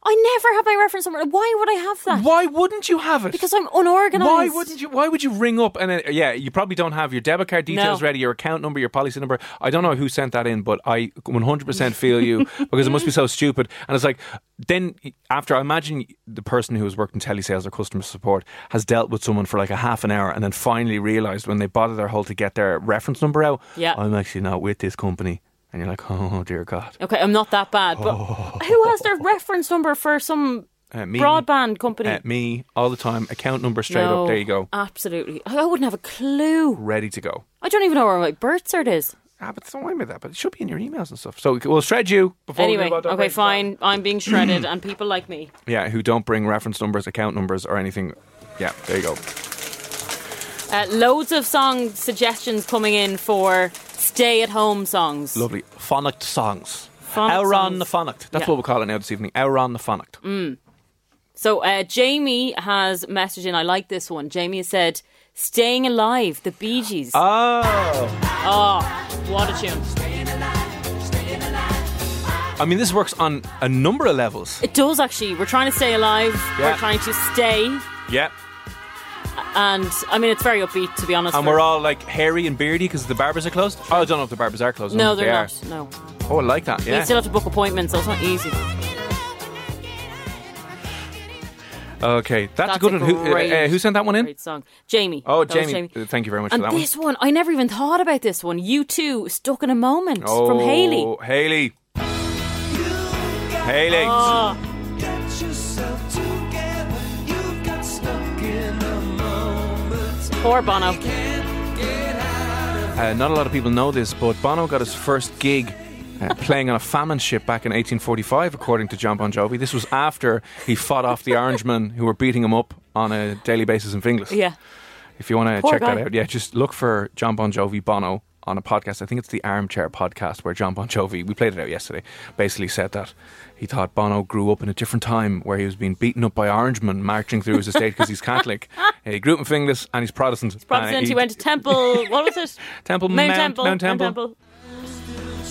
Speaker 4: I never have my reference number. Why would I have that?
Speaker 2: Why wouldn't you have it?
Speaker 4: Because I'm unorganized.
Speaker 2: Why wouldn't you? Why would you ring up and then, yeah, you probably don't have your debit card details
Speaker 4: No.
Speaker 2: ready, your account number, your policy number. I don't know who sent that in, but I 100% feel you because it must be so stupid. And it's like then after I imagine the person who has worked in telesales or customer support has dealt with someone for like a half an hour and then finally realized when they bother their whole to get their reference number out,
Speaker 4: Yeah.
Speaker 2: I'm actually not with this company. And you're like, oh dear God,
Speaker 4: Okay, I'm not that bad, but
Speaker 2: Oh.
Speaker 4: who has their reference number for some
Speaker 2: Uh, me,
Speaker 4: broadband company?
Speaker 2: uh, me all the time, account number straight
Speaker 4: No, Uh,
Speaker 2: up. There you go,
Speaker 4: Absolutely. I I wouldn't have a clue.
Speaker 2: ready to go.
Speaker 4: I don't even know where my birth cert is.
Speaker 2: Ah, but don't worry about that. But it should be in your emails and stuff. So we'll shred you before we
Speaker 4: anyway,
Speaker 2: move on to
Speaker 4: okay,
Speaker 2: break.
Speaker 4: fine. I'm being shredded, and people like me.
Speaker 2: Yeah, who don't bring reference numbers, account numbers, or anything. Yeah, there you go.
Speaker 4: Uh, loads of song suggestions coming in for stay-at-home songs.
Speaker 2: Lovely. Phonic songs.
Speaker 4: Phonic
Speaker 2: Ouron
Speaker 4: songs.
Speaker 2: the Phonic. That's
Speaker 4: Yeah.
Speaker 2: what we'll call it now this evening. Ouron the Phonic.
Speaker 4: So uh, Jamie has messaged in. I like this one. Jamie has said, "Staying Alive," the Bee Gees.
Speaker 2: Ah. Oh.
Speaker 4: what a tune!
Speaker 2: I mean, this works on a number of levels.
Speaker 4: It does actually. We're trying to stay alive.
Speaker 2: Yeah.
Speaker 4: We're trying to stay,
Speaker 2: Yeah.
Speaker 4: and I mean it's very upbeat to be honest.
Speaker 2: And we're all like hairy and beardy because the barbers are closed. Oh, I don't know if the barbers are closed. I don't
Speaker 4: No,
Speaker 2: know if
Speaker 4: they're
Speaker 2: they
Speaker 4: not. No,
Speaker 2: Are. Oh, I like that.
Speaker 4: you
Speaker 2: Yeah.
Speaker 4: still have to book appointments, so it's not easy.
Speaker 2: Okay, that's,
Speaker 4: That's
Speaker 2: a good
Speaker 4: a
Speaker 2: one. Who,
Speaker 4: great-
Speaker 2: uh, who sent that one in?
Speaker 4: Great song, Jamie.
Speaker 2: Oh,
Speaker 4: That was
Speaker 2: Jamie. Uh, Thank you very much
Speaker 4: And
Speaker 2: for that
Speaker 4: this one, I never even
Speaker 2: Oh.
Speaker 4: thought about this one. You two stuck in a moment
Speaker 2: one.
Speaker 4: from Haley.
Speaker 2: Oh, Haley. Haley.
Speaker 4: Poor Bono.
Speaker 2: Uh, not a lot of people know this, but Bono got his first gig uh, playing on a famine ship back in 1845, according to John Bon Jovi. This was after he fought off the Orangemen who were beating him up on a daily basis in Finglas.
Speaker 4: Yeah.
Speaker 2: If you want to
Speaker 4: Poor
Speaker 2: check that
Speaker 4: guy.
Speaker 2: out, yeah, just look for John Bon Jovi Bono on a podcast. I think it's the Armchair podcast where John Bon Jovi, we played it out yesterday, basically said that he thought Bono grew up in a different time where he was being beaten up by Orangemen marching through his estate because he's Catholic. he grew up in Finglas and he's Protestant. He's
Speaker 4: Protestant, he went to Temple. What was it?
Speaker 2: Temple,
Speaker 4: Mount,
Speaker 2: Uh, Mount-
Speaker 4: Temple.
Speaker 2: Mount Temple.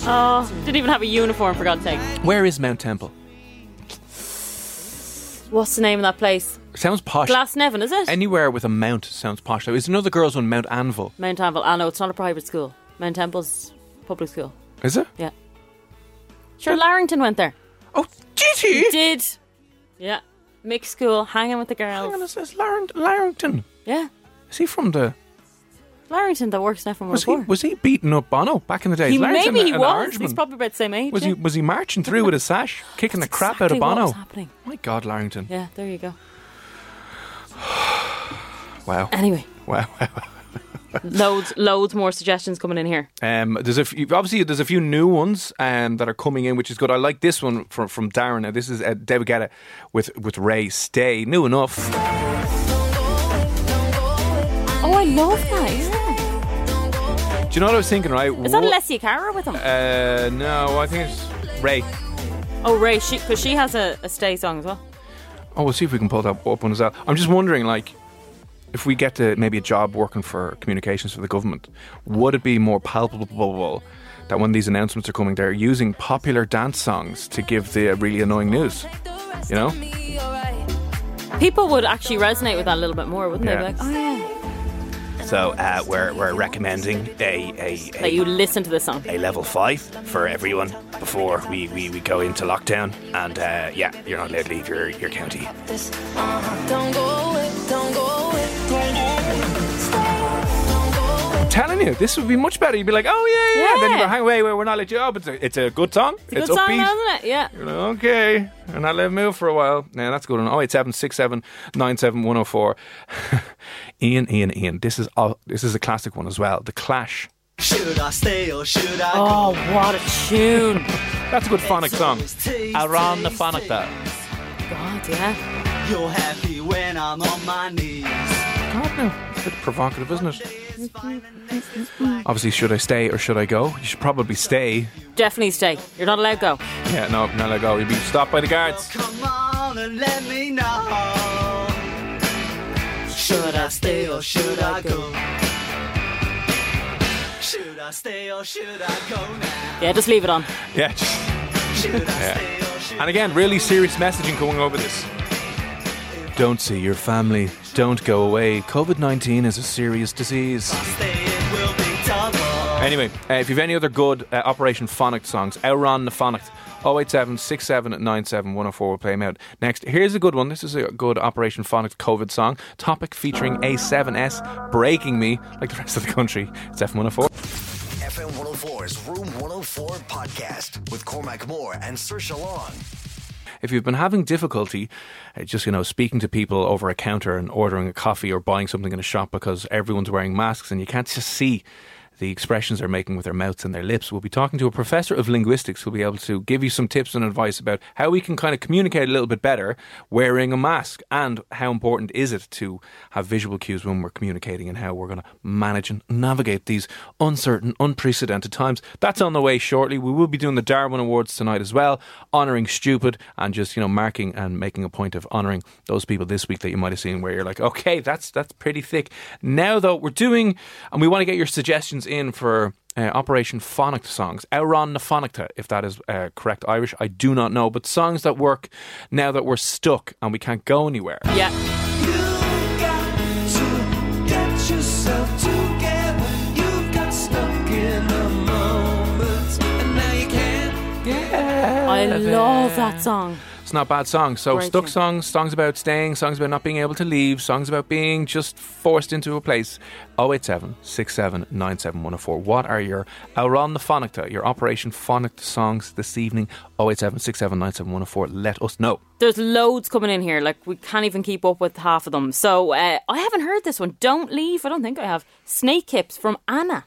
Speaker 4: Oh, didn't even have a uniform for God's sake.
Speaker 2: Where is Mount Temple?
Speaker 4: What's the name of that place?
Speaker 2: Sounds posh.
Speaker 4: Glasnevin, is it?
Speaker 2: Anywhere with a mount sounds posh. Though, is another girls on Mount Anvil?
Speaker 4: Mount Temple. Ah, no, it's not a private school. Mount Temple's public school.
Speaker 2: Is it?
Speaker 4: Yeah. Sure, Larrington went there.
Speaker 2: Oh, did he?
Speaker 4: Did. Yeah. Mixed school, hanging with the
Speaker 2: Hang
Speaker 4: girls.
Speaker 2: on, it says Larring- Larrington.
Speaker 4: Yeah.
Speaker 2: Is he from the?
Speaker 4: Larrington that works now from
Speaker 2: Was he was he beating up Bono back in the day?
Speaker 4: he
Speaker 2: Larrington,
Speaker 4: maybe he
Speaker 2: an
Speaker 4: was.
Speaker 2: Irishman.
Speaker 4: He's probably about the same age.
Speaker 2: was
Speaker 4: yeah.
Speaker 2: he was he marching through with a sash, kicking the crap
Speaker 4: exactly
Speaker 2: out
Speaker 4: what
Speaker 2: of Bono?
Speaker 4: was happening.
Speaker 2: My God, Larrington!
Speaker 4: Yeah, there you go.
Speaker 2: Wow,
Speaker 4: Anyway,
Speaker 2: wow, wow.
Speaker 4: loads, loads more suggestions coming in here.
Speaker 2: Um, there's a few, obviously there's a few new ones um, that are coming in, which is good. I like this one from from Darren. Now, this is uh, David Guetta with with Ray Stay. New enough.
Speaker 4: Oh, I love that. Yeah.
Speaker 2: Do you know what I was thinking? Right?
Speaker 4: Is that
Speaker 2: What-
Speaker 4: Alessia Cara with him?
Speaker 2: Uh, no, I think it's Ray.
Speaker 4: oh, Ray, because she, has a, a stay song as well.
Speaker 2: Oh, we'll see if we can pull that up on as well. I'm just wondering, like, if we get to maybe a job working for communications for the government, would it be more palpable that when these announcements are coming, they're using popular dance songs to give the uh, really annoying news? You know?
Speaker 4: People would actually resonate with that a little bit more, wouldn't
Speaker 2: Yeah.
Speaker 4: they? Be like, oh yeah.
Speaker 5: So uh, we're, we're recommending a, a,
Speaker 4: Like you listen to this song.
Speaker 5: a level five for everyone before we, we, we go into lockdown. And uh, yeah, you're not allowed to leave your, your county.
Speaker 2: I'm telling you, this would be much better. You'd be like, oh, yeah, yeah. Then you
Speaker 4: Yeah.
Speaker 2: go, hang away, wait, we're not let you up. It's a, it's a good song. It's,
Speaker 4: Good song,
Speaker 2: upbeat.
Speaker 4: though, isn't it? Yeah.
Speaker 2: You're like, okay. And I let him move for a while. Now that's good. Oh, On 087 67 97 104. Ian, Ian, Ian. This is, all this is a classic one as well. The Clash.
Speaker 6: Should I stay or should I
Speaker 4: Oh, what a tune!
Speaker 2: That's a good phonic song.
Speaker 6: Around the phonic though.
Speaker 4: God, yeah.
Speaker 6: You're happy when I'm on my knees.
Speaker 2: God, no. It's a bit provocative, isn't it? Obviously, should I stay or should I go? You should probably stay.
Speaker 4: Definitely stay. You're not allowed to go.
Speaker 2: Yeah, no, no, let go. You'd be stopped by the guards.
Speaker 6: Come on and let me know. Should I stay or should I go? Should I stay or should I go now?
Speaker 4: Yeah, just leave it on.
Speaker 2: Yeah.
Speaker 6: Should I stay or should
Speaker 2: And again, really serious messaging going over this. Don't see your family. Don't go away. COVID 19 is a serious disease.
Speaker 6: I stay? It will be double.
Speaker 2: Anyway, uh, if you've any other good uh, Operation Phonic songs, Outrun the oh Phonic, 087 67 97 104, we'll play them out. Next, here's a good one. This is a good Operation Phonic COVID song. Topic featuring A7S, Breaking Me, like the rest of the country. It's F104.
Speaker 1: FM 104's Room 104 podcast with Cormac Moore and Sir Long.
Speaker 2: If you've been having difficulty uh, just, you know, speaking to people over a counter and ordering a coffee or buying something in a shop because everyone's wearing masks and you can't just see the expressions they're making with their mouths and their lips, we'll be talking to a professor of linguistics who'll be able to give you some tips and advice about how we can kind of communicate a little bit better wearing a mask and how important is it to have visual cues when we're communicating and how we're going to manage and navigate these uncertain, unprecedented times. That's on the way shortly. We will be doing the Darwin Awards tonight as well, honouring stupid and just, you know, marking and making a point of honouring those people this week that you might have seen where you're like, okay, that's that's pretty thick. Now though, we're doing and we want to get your suggestions in for uh, Operation Phonic songs, Auron na Phonicta, if that is uh, correct Irish, I do not know, but songs that work now that we're stuck and we can't go anywhere.
Speaker 4: Yeah.
Speaker 6: Now you can't
Speaker 4: I love that song.
Speaker 2: It's not bad songs. So
Speaker 4: Great
Speaker 2: stuck
Speaker 4: tune.
Speaker 2: songs, songs about staying, songs about not being able to leave, songs about being just forced into a place. 087 What are your Auron the Phonicta, your Operation Phonicta songs this evening? 087 Let us know.
Speaker 4: There's loads coming in here. Like we can't even keep up with half of them. So uh, I haven't heard this one. Don't leave. I don't think I have. Snake hips from Anna.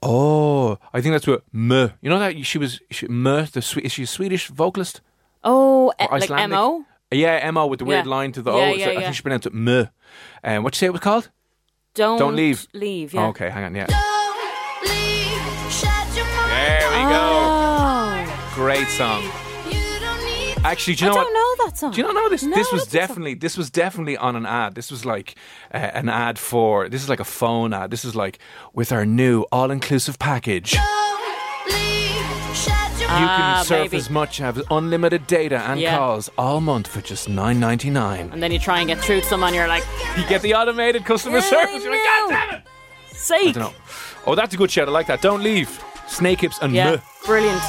Speaker 2: Oh, I think that's what Mö. You know that she was she, Mö, the Swe- is she a Swedish vocalist
Speaker 4: Oh, uh,
Speaker 2: or
Speaker 4: like
Speaker 2: Icelandic?
Speaker 4: mo.
Speaker 2: Yeah, Mo with the weird
Speaker 4: Yeah.
Speaker 2: line to the O.
Speaker 4: Yeah,
Speaker 2: It's-
Speaker 4: yeah,
Speaker 2: I
Speaker 4: yeah.
Speaker 2: think she pronounced it Mö. Um, what'd you say it was called?
Speaker 4: Don't,
Speaker 2: Don't leave. Oh,
Speaker 4: Leave. Yeah.
Speaker 2: Okay, hang on. Yeah.
Speaker 7: There
Speaker 2: There we go.
Speaker 4: Oh,
Speaker 2: Great song. Actually, do you
Speaker 4: I
Speaker 2: know what?
Speaker 4: don't know that song.
Speaker 2: Do you not know this?
Speaker 4: No,
Speaker 2: this was
Speaker 4: that's a song.
Speaker 2: definitely this was definitely on an ad. This was like uh, an ad for this is like a phone ad. This is like with our new all inclusive package. you
Speaker 4: Ah,
Speaker 2: can surf
Speaker 4: maybe.
Speaker 2: as much, have unlimited data and
Speaker 4: Yeah.
Speaker 2: calls all month for just nine ninety nine.
Speaker 4: And then you try and get through to someone. You're like,
Speaker 2: You get the automated customer
Speaker 4: Yeah, I
Speaker 2: service. You're like, God
Speaker 4: know.
Speaker 2: damn it! I
Speaker 4: sake.
Speaker 2: don't know. Oh, that's a good shout. I like that. Don't leave. Snake hips and
Speaker 4: Yeah,
Speaker 2: meh.
Speaker 4: brilliant.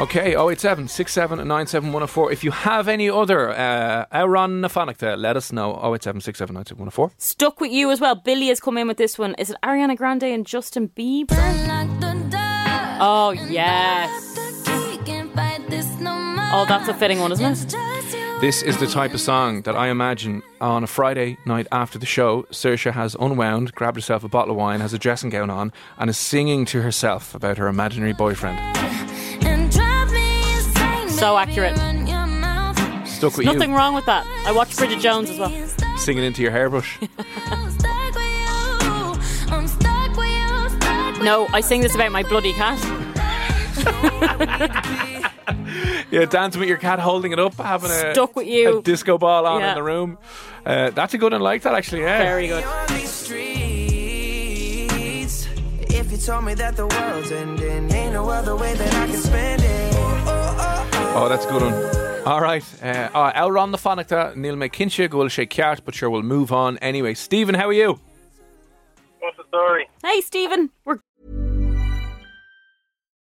Speaker 2: Okay, 087 67 97104. If you have any other uh, Auron Nephonicta, let us know. 087 67 97104.
Speaker 4: Stuck with you as well. Billy has come in with this one. Is it Ariana Grande and Justin Bieber? Oh, yes. Oh, that's a fitting one, isn't it?
Speaker 2: This is the type of song that I imagine on a Friday night after the show, Saoirse has unwound, grabbed herself a bottle of wine, has a dressing gown on, and is singing to herself about her imaginary boyfriend.
Speaker 4: So accurate.
Speaker 2: Stuck with
Speaker 4: Nothing
Speaker 2: you.
Speaker 4: wrong with that. I watched Bridget Jones as well.
Speaker 2: Singing into your hairbrush.
Speaker 4: No, I sing this about my bloody cat.
Speaker 2: yeah, dancing with your cat, holding it up, having a,
Speaker 4: Stuck with you.
Speaker 2: a disco ball on
Speaker 4: Yeah.
Speaker 2: in the room. Uh, that's a good one. I like that, actually. Yeah.
Speaker 4: Very good.
Speaker 6: streets. If you told me that the world's ending, ain't no other way that I can spend it.
Speaker 2: Oh, that's a good one. All right. Uh, uh, Elron the Phonicta, Neil McKinshig, Will Shake Cat, but sure, we'll move on anyway. Stephen, how are you?
Speaker 7: What's the story?
Speaker 4: Hey, Stephen. We're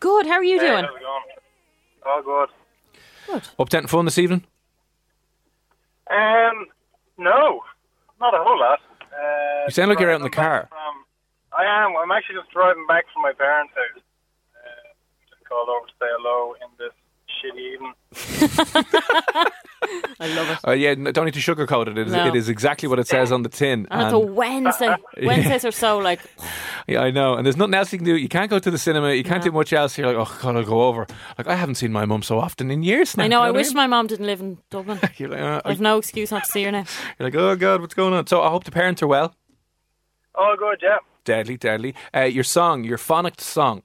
Speaker 4: good. How are you doing?
Speaker 7: Oh, good.
Speaker 2: Up to anything fun this evening?
Speaker 7: Um, no, not a whole lot. Uh,
Speaker 2: You sound like you're out in the
Speaker 7: driving back
Speaker 2: car.
Speaker 7: From, I am. I'm actually just driving back from my parents' house. Uh, just called over to say hello in this shitty evening.
Speaker 4: I love it.
Speaker 2: Uh, yeah, no, don't need to sugarcoat it. It is,
Speaker 4: No.
Speaker 2: it is exactly what it says on the tin.
Speaker 4: And it's a
Speaker 2: And-
Speaker 4: Wednesday. Wednesdays are so like,
Speaker 2: yeah, I know. And there's nothing else you can do. You can't go to the cinema. You can't do much else. You're like, oh, God, I'll go over. Like, I haven't seen my mum so often in years now.
Speaker 4: I know, I wish
Speaker 2: wish
Speaker 4: my mom didn't live in Dublin.
Speaker 2: You're like, uh,
Speaker 4: I've
Speaker 2: you're
Speaker 4: no excuse not to see her now.
Speaker 2: like, oh, God, what's going on? So I hope the parents are well.
Speaker 7: Oh, good. Yeah.
Speaker 2: Deadly, deadly. Uh, your song, your phonic song.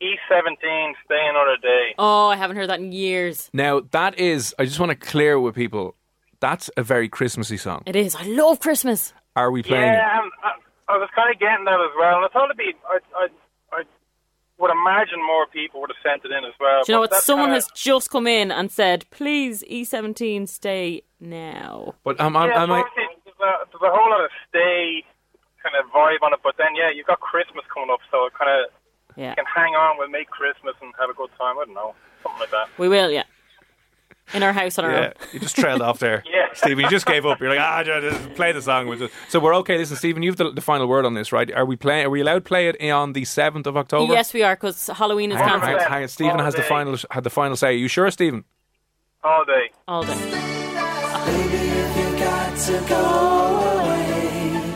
Speaker 7: E E17. Stay another day.
Speaker 4: Oh, I haven't heard that in years.
Speaker 2: Now, that is, I just want to clear with people, that's a very Christmassy song.
Speaker 4: It is. I love Christmas.
Speaker 2: Are we playing it?
Speaker 7: Yeah, I'm, I'm- I was kind of getting that as well, and I thought it'd be. I, I, I would imagine more people would have sent it in as well.
Speaker 4: Do you know what?
Speaker 7: but that
Speaker 4: Someone
Speaker 7: kinda-
Speaker 4: has just come in and said, "Please, E17, stay now."
Speaker 2: But um, I'm,
Speaker 7: yeah,
Speaker 2: I'm, I,
Speaker 7: obviously, there's, a, there's a whole lot of stay kind of vibe on it, but then yeah, you've got Christmas coming up, so it kind of
Speaker 4: Yeah.
Speaker 7: you can hang on with make Christmas and have a good time. I don't know, something like that.
Speaker 4: We will, yeah. In our house on our
Speaker 2: yeah,
Speaker 4: own.
Speaker 2: you just trailed off there,
Speaker 7: Yeah.
Speaker 2: Stephen. You just gave up. You're like, ah, just play the song. We'll just- So we're okay. Listen, Stephen, you've the, the final word on this, right? Are we playing? Are we allowed to play it on the seventh of October?
Speaker 4: Yes, we are because Halloween is
Speaker 2: Hang on, hang on,
Speaker 4: cancelled.
Speaker 2: hang on. Stephen has the final had the final say. Are you sure, Stephen?
Speaker 7: All day.
Speaker 4: All day.
Speaker 6: Baby, if you got to go away,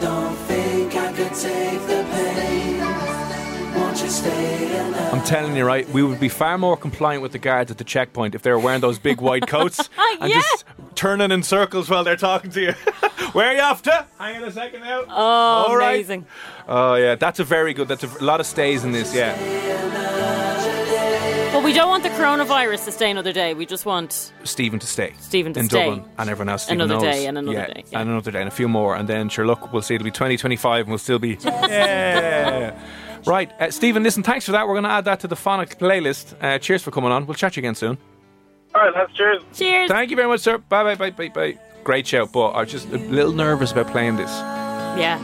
Speaker 6: don't think I could take the pain. Won't you stay another?
Speaker 2: I'm telling you, right? We would be far more compliant with the guards at the checkpoint if they were wearing those big white coats and
Speaker 4: Ah, Yeah.
Speaker 2: just turning in circles while they're talking to you. Where are you off to? Hang on a second now.
Speaker 4: Oh,
Speaker 2: All right.
Speaker 4: amazing.
Speaker 2: Oh yeah, that's a very good. That's a, a lot of stays in this. Yeah,
Speaker 4: But we don't want the coronavirus to stay another day. We just want.
Speaker 2: Stephen to stay.
Speaker 4: Stephen to
Speaker 2: in
Speaker 4: stay.
Speaker 2: Dublin and everyone else. Stephen
Speaker 4: Another
Speaker 2: knows.
Speaker 4: day and another
Speaker 2: Yeah,
Speaker 4: day, yeah.
Speaker 2: and another day and a few more and then sure look, we'll see. It'll be 2025 and we'll still be. yeah. Right, uh, Stephen. Listen, thanks for that. We're going to add that to the phonic playlist. Uh, cheers for coming on. We'll chat to you again soon.
Speaker 7: All right, let's cheers.
Speaker 4: Cheers.
Speaker 2: Thank you very much, sir. Bye bye bye bye bye. Great show, but I was just a little nervous about playing this.
Speaker 4: Yeah.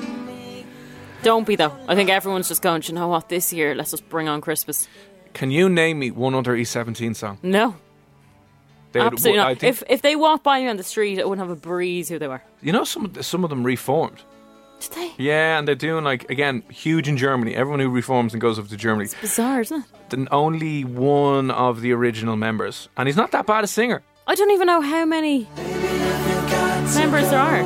Speaker 4: Don't be though. I think everyone's just going. "Do You know what? This year, let's just bring on Christmas.
Speaker 2: Can you name me one other E17 song?
Speaker 4: No,
Speaker 2: They would-
Speaker 4: absolutely
Speaker 2: I
Speaker 4: not.
Speaker 2: think-
Speaker 4: If if they walked by you on the street, I wouldn't have a breeze who they were.
Speaker 2: you know some of the- some of them reformed.
Speaker 4: Did they?
Speaker 2: Yeah, and they're doing like again huge in Germany. Everyone who reforms and goes up to Germany.
Speaker 4: Bizarre, isn't it?
Speaker 2: Then only one of the original members, and he's not that bad a singer.
Speaker 4: I don't even know how many members there are.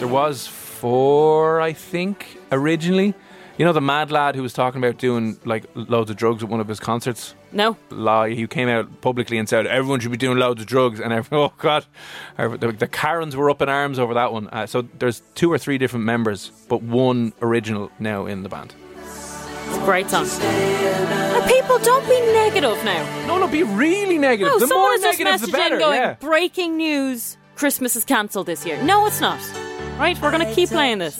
Speaker 2: There was four, I think, originally. You know the mad lad who was talking about doing like loads of drugs at one of his concerts.
Speaker 4: No.
Speaker 2: lie. He came out publicly and said everyone should be doing loads of drugs, and every, oh god, Every- the, the Karens were up in arms over that one. Uh, so there's two or three different members, but one original now in the band.
Speaker 4: It's a great song. And people, don't be negative now.
Speaker 2: No, no, be really negative.
Speaker 4: No,
Speaker 2: the
Speaker 4: Oh, someone
Speaker 2: more
Speaker 4: has just
Speaker 2: negative, the
Speaker 4: messaged
Speaker 2: better.
Speaker 4: in going,
Speaker 2: yeah.
Speaker 4: breaking news, Christmas is cancelled this year. No, it's not. Right, we're going to keep playing this.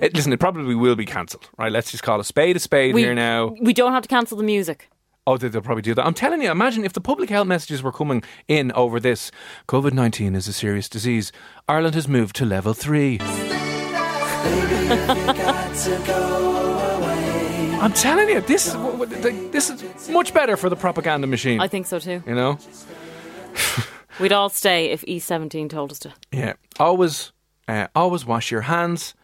Speaker 2: It- listen, it probably will be cancelled, right? Let's just call a spade a spade
Speaker 4: We-
Speaker 2: here now.
Speaker 4: We don't have to cancel the music.
Speaker 2: Oh, they- they'll probably do that. I'm telling you, imagine if the public health messages were coming in over this. COVID 19 is a serious disease. Ireland has moved to level three. I'm telling you, this is w- w- th- this is much better for the propaganda machine.
Speaker 4: I think so too.
Speaker 2: You know,
Speaker 4: We'd all stay if E17 told us to.
Speaker 2: yeah. Always, uh, always wash your hands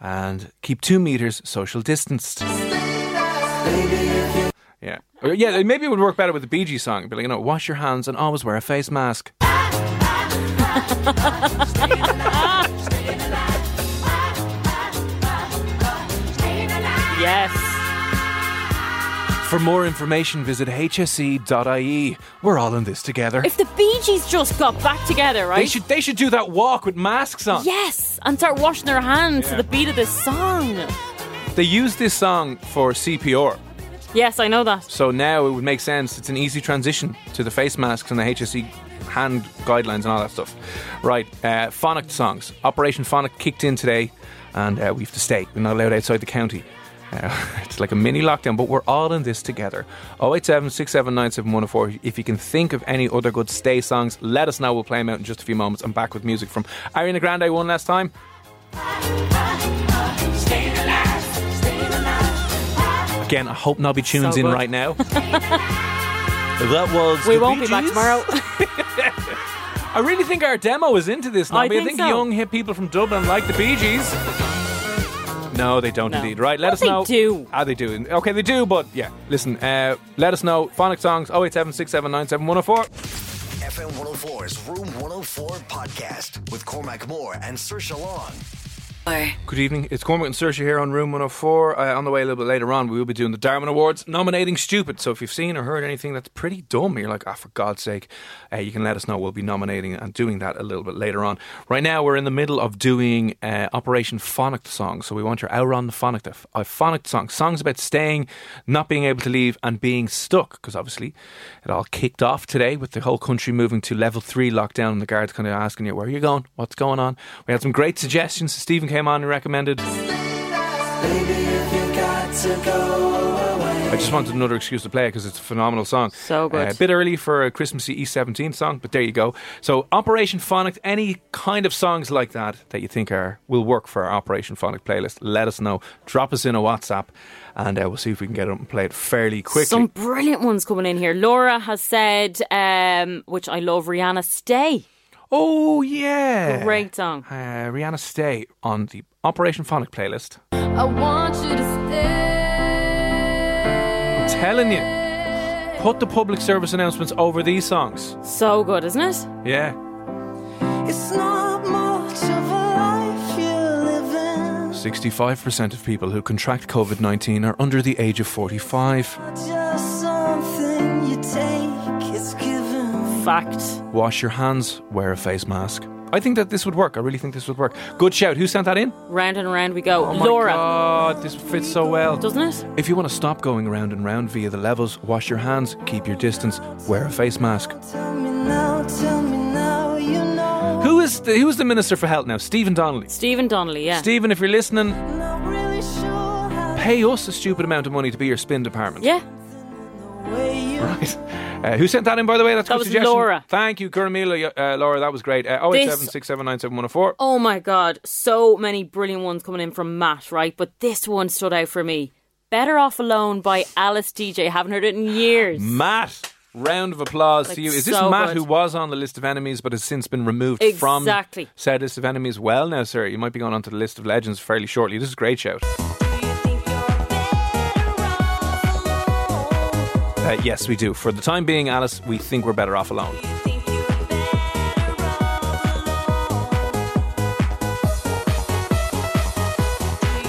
Speaker 2: and keep two meters social distanced. Yeah, Or, yeah. Maybe it would work better with the Bee Gees song. It'd Be like, you know, wash your hands and always wear a face mask.
Speaker 4: Yes.
Speaker 2: For more information, visit E hse.ie. We're all in this together.
Speaker 4: If the Bee Gees just got back together, right?
Speaker 2: They should they should do that walk with masks on.
Speaker 4: Yes, and start washing their hands to the beat of this song.
Speaker 2: They used this song for CPR,
Speaker 4: Yes, I know that.
Speaker 2: so now it would make sense. It's an easy transition to the face masks and the HSE hand guidelines and all that stuff. Right, uh, phonic songs. Operation Phonic kicked in today, and uh, we have to stay. We're not allowed outside the county. Uh, it's like a mini lockdown, but we're all in this together. 087 679 7104. If you can think of any other good stay songs, let us know. We'll play them out in just a few moments. I'm back with music from Ariana Grande one last time. Again, I hope Nobby tunes in
Speaker 4: good.
Speaker 2: right now. that was.
Speaker 4: We
Speaker 2: the
Speaker 4: won't
Speaker 2: Bee
Speaker 4: be back
Speaker 2: Gees.
Speaker 4: tomorrow.
Speaker 2: I really think our demo is into this,
Speaker 4: I
Speaker 2: Nobby. I
Speaker 4: think
Speaker 2: think
Speaker 4: so.
Speaker 2: young hip people from Dublin like the Bee Gees. No, they don't
Speaker 4: No.
Speaker 2: indeed. Right, let
Speaker 4: But
Speaker 2: us
Speaker 4: they
Speaker 2: know.
Speaker 4: do.
Speaker 2: Ah, they do. Okay, they do, but yeah. Listen, uh, let us know. Phonic Songs 087
Speaker 1: FM 104's Room 104 podcast with Cormac Moore and Sir Long.
Speaker 2: Good evening. It's Cormac and Saoirse here on Room 104. Uh, on the way a little bit later on, we will be doing the Darwin Awards, nominating stupid. So if you've seen or heard anything that's pretty dumb, you're like, ah, for God's sake, uh, you can let us know. We'll be nominating and doing that a little bit later on. Right now, we're in the middle of doing uh, Operation Phonic song. So we want your Auron Phonic, uh, Phonic song. Songs about staying, not being able to leave, and being stuck. Because obviously, it all kicked off today with the whole country moving to level three lockdown and the guards kind of asking you, where are you going? What's going on? We had some great suggestions. Stephen came came on and recommended.
Speaker 6: Baby, if you got to go away.
Speaker 2: I just wanted another excuse to play it because it's a phenomenal song. Uh, So
Speaker 4: good.
Speaker 2: a bit early for a Christmassy E17 song, but there you go. So Operation Phonics, any kind of songs like that that you think are will work for our Operation Phonic playlist, let us know. Drop us in a WhatsApp, and uh, we'll see if we can get it up and play it fairly quickly.
Speaker 4: Some brilliant ones coming in here. Laura has said, um, which I love, Rihanna, Stay.
Speaker 2: Oh, yeah.
Speaker 4: Great song.
Speaker 2: Uh, Rihanna Stay on the Operation Phonic playlist.
Speaker 6: I want you to
Speaker 2: I'm telling you, put the public service announcements over these songs.
Speaker 4: So good, isn't it?
Speaker 2: Yeah.
Speaker 6: It's not much of a life you're living.
Speaker 2: 65% of people who contract COVID 19 are under the age of 45.
Speaker 6: Just something you take, it's given.
Speaker 4: Fact.
Speaker 2: Wash your hands, wear a face mask. I think that this would work. I really think this would work. Good shout. Who sent that in?
Speaker 4: Round and round we go.
Speaker 2: Oh my
Speaker 4: Laura.
Speaker 2: God, this fits so well.
Speaker 4: Doesn't it?
Speaker 2: If you want to stop going round and round via the levels, wash your hands, keep your distance, wear a face mask.
Speaker 6: Tell me now, tell me now, you know.
Speaker 2: Who is the, who is the Minister for Health now? Stephen Donnelly.
Speaker 4: Stephen Donnelly, yeah.
Speaker 2: Stephen, if you're listening,
Speaker 6: Not really sure how
Speaker 2: pay us a stupid amount of money to be your spin department.
Speaker 4: Yeah.
Speaker 6: the way you
Speaker 2: Right. Uh, who sent that in, by the way? That's a
Speaker 4: That
Speaker 2: good
Speaker 4: was
Speaker 2: suggestion.
Speaker 4: Laura.
Speaker 2: Thank you, Gurmila. Uh, Laura, that was great. Uh,
Speaker 4: This-
Speaker 2: 087
Speaker 4: Oh my god, so many brilliant ones coming in from Matt, right? But this one stood out for me. Better Off Alone by Alice DJ. Haven't heard it in years.
Speaker 2: Matt, round of applause
Speaker 4: Like,
Speaker 2: to you. Is this
Speaker 4: so
Speaker 2: Matt
Speaker 4: good.
Speaker 2: who was on the list of enemies but has since been removed
Speaker 4: Exactly.
Speaker 2: from said list of enemies? Well, now, sir, you might be going onto the list of legends fairly shortly. This is a great shout. Uh, yes, we do. For the time being, Alice, we think we're better off alone.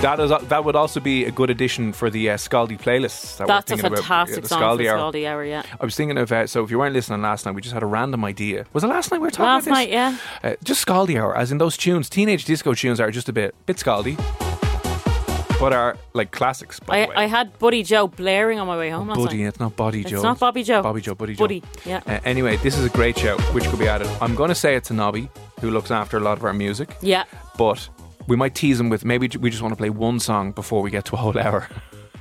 Speaker 2: That is that would also be a good addition for the uh, Scaldi playlists. That we're
Speaker 4: That's a
Speaker 2: thinking about, uh,
Speaker 4: fantastic
Speaker 2: the
Speaker 4: song for
Speaker 2: Scaldi hour.
Speaker 4: Scaldi Hour, yeah.
Speaker 2: I was thinking of uh, so if you weren't listening last night, we just had a random idea. Was it last night we were talking
Speaker 4: Last
Speaker 2: about
Speaker 4: night,
Speaker 2: this?
Speaker 4: yeah.
Speaker 2: Uh, just Scaldi hour, as in those tunes. Teenage disco tunes are just a bit bit Scaldi, but are like classics. By the way. Oh,
Speaker 4: I, I had Buddy Joe blaring on my way home last
Speaker 2: Buddy,
Speaker 4: night.
Speaker 2: it's not Body
Speaker 4: It's
Speaker 2: Joe.
Speaker 4: not Bobby Joe.
Speaker 2: Bobby Joe, Buddy Joe.
Speaker 4: Buddy, yeah.
Speaker 2: Uh, anyway, this is a great show, which could be added. I'm going to say it's a Nobby, who looks after a lot of our music,
Speaker 4: Yeah.
Speaker 2: but we might tease him with maybe ju- we just want to play one song before we get to a whole hour.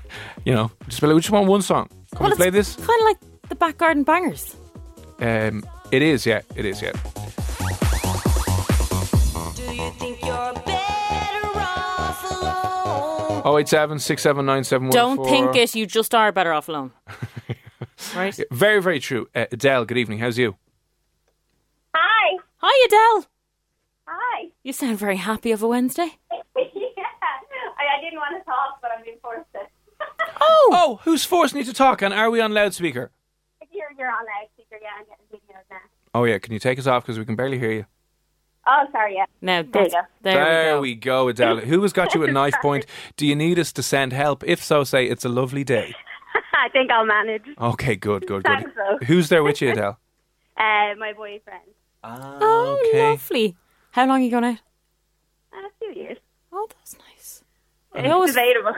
Speaker 2: you know, just play, we just want one song. Can we play this?
Speaker 4: Kind of like the Back Garden Bangers.
Speaker 2: Um, it is, yeah, it is, yeah. Oh eight seven six seven nine seven one.
Speaker 4: Don't think it, you just are better off alone. right?
Speaker 2: Very, very true. Uh, Adele, good evening. How's you?
Speaker 8: Hi.
Speaker 4: Hi, Adele.
Speaker 8: Hi.
Speaker 4: You sound very happy of a Wednesday.
Speaker 8: yeah. I, I didn't want to talk, but I'm being forced to.
Speaker 2: Oh, oh, who's forcing you to talk? And are we on loudspeaker?
Speaker 8: If you're, you're on loudspeaker, yeah, I'm getting videos now.
Speaker 2: Oh yeah, can you take us off because we can barely hear you?
Speaker 8: Oh, sorry, yeah.
Speaker 4: Now,
Speaker 8: There you
Speaker 4: that's,
Speaker 8: go.
Speaker 4: there,
Speaker 2: we, go. Adele. Who has got you at knife point? Do you need us to send help? If so, say it's a lovely day.
Speaker 8: I think I'll manage.
Speaker 2: Okay, good, good,
Speaker 8: Thanks, though.
Speaker 2: good. Who's there with you, Adele?
Speaker 8: Uh, my boyfriend.
Speaker 4: Oh,
Speaker 2: okay.
Speaker 4: lovely. How long are you going out?
Speaker 8: Uh, a few years.
Speaker 4: Oh, that's nice. I
Speaker 8: It's
Speaker 4: always,
Speaker 8: debatable.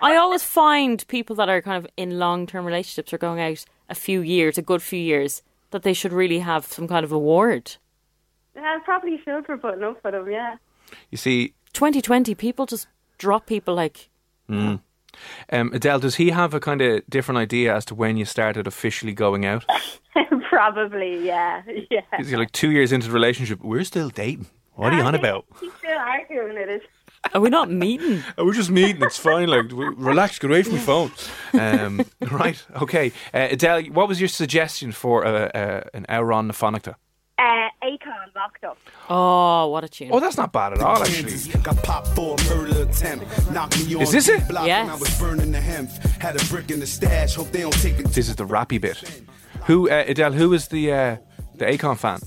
Speaker 4: I always find people that are kind of in long term relationships or going out a few years, a good few years, that they should really have some kind of award.
Speaker 8: I probably should for putting up for them, yeah.
Speaker 2: You see,
Speaker 4: 2020, people just drop people like,
Speaker 2: um, Adele, does he have a kind of different idea as to when you started officially going out?
Speaker 8: probably, yeah. Yeah.
Speaker 2: Because you're like two years into the relationship, we're still dating. What are you on about?
Speaker 8: He's still arguing it.
Speaker 4: are we not meeting?
Speaker 2: Uh, We're just meeting. It's fine. Like, relax. Get away from my phone. Um, right. Okay. Uh, Adele, what was your suggestion for uh, uh, an hour on the phonicta?
Speaker 8: Uh, Akon locked up.
Speaker 4: Oh, what a tune.
Speaker 2: Oh, that's not bad at all, actually.
Speaker 9: Got popped for a murder attempt. Knocked me on
Speaker 2: Is this it?
Speaker 9: the block when I was burning the hemp. Had a brick in the stash. Hope they don't take it.
Speaker 2: This is the rappy bit. Who, uh, Adele? Who is the uh, the Akon fan?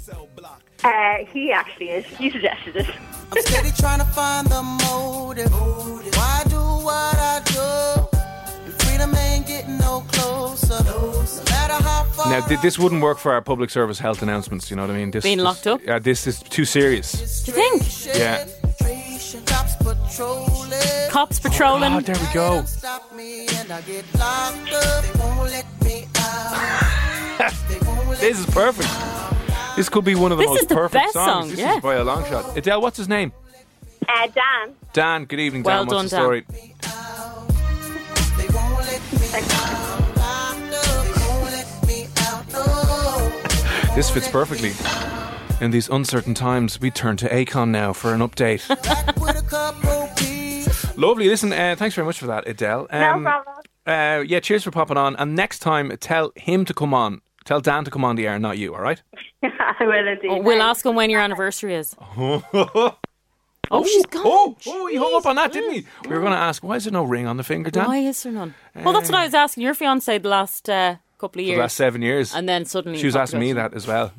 Speaker 8: Uh, he actually is. He suggested it.
Speaker 6: I'm steady trying to find the motive. Why do what I do? And freedom ain't getting no closer. No matter how far.
Speaker 2: Now, th- this wouldn't work for our public service health announcements. You know what I mean? This,
Speaker 4: Being
Speaker 2: this-
Speaker 4: locked up?
Speaker 2: Yeah, this is too serious.
Speaker 4: Do you think?
Speaker 2: Yeah.
Speaker 6: Cops patrolling.
Speaker 4: Cops patrolling.
Speaker 2: Oh, there we go.
Speaker 6: Stop me and I get locked up. They won't let me out. They won't let
Speaker 2: This is perfect. This could be one of the
Speaker 4: This
Speaker 2: most
Speaker 4: is the
Speaker 2: perfect
Speaker 4: best
Speaker 2: songs.
Speaker 4: song,
Speaker 2: This
Speaker 4: yeah.
Speaker 2: is by a long shot. Adele, what's Uh, his name?
Speaker 8: Uh, Dan.
Speaker 2: Dan, good evening,
Speaker 8: Well
Speaker 2: Dan. What's
Speaker 8: done,
Speaker 2: the story? This fits perfectly. In these uncertain times, we turn to Akon now for an update. Lovely. Listen, uh, thanks very much for that, Adele. Um,
Speaker 8: No problem.
Speaker 2: Uh, yeah, cheers for popping on. And next time, tell him to come on. Tell Dan to come on the air, not you. All right?
Speaker 8: I will indeed.
Speaker 4: Oh, we'll ask him when your anniversary is.
Speaker 2: oh,
Speaker 4: she's gone.
Speaker 2: Oh, oh, he hung up on that, didn't he? We were going to ask, why is there no ring on the finger, Dan?
Speaker 4: Why is there none? well, that's what I was asking your fiance the last uh, couple of
Speaker 2: For
Speaker 4: years.
Speaker 2: Um, the last seven years.
Speaker 4: And then suddenly
Speaker 2: she was
Speaker 4: you
Speaker 2: asking me that as well.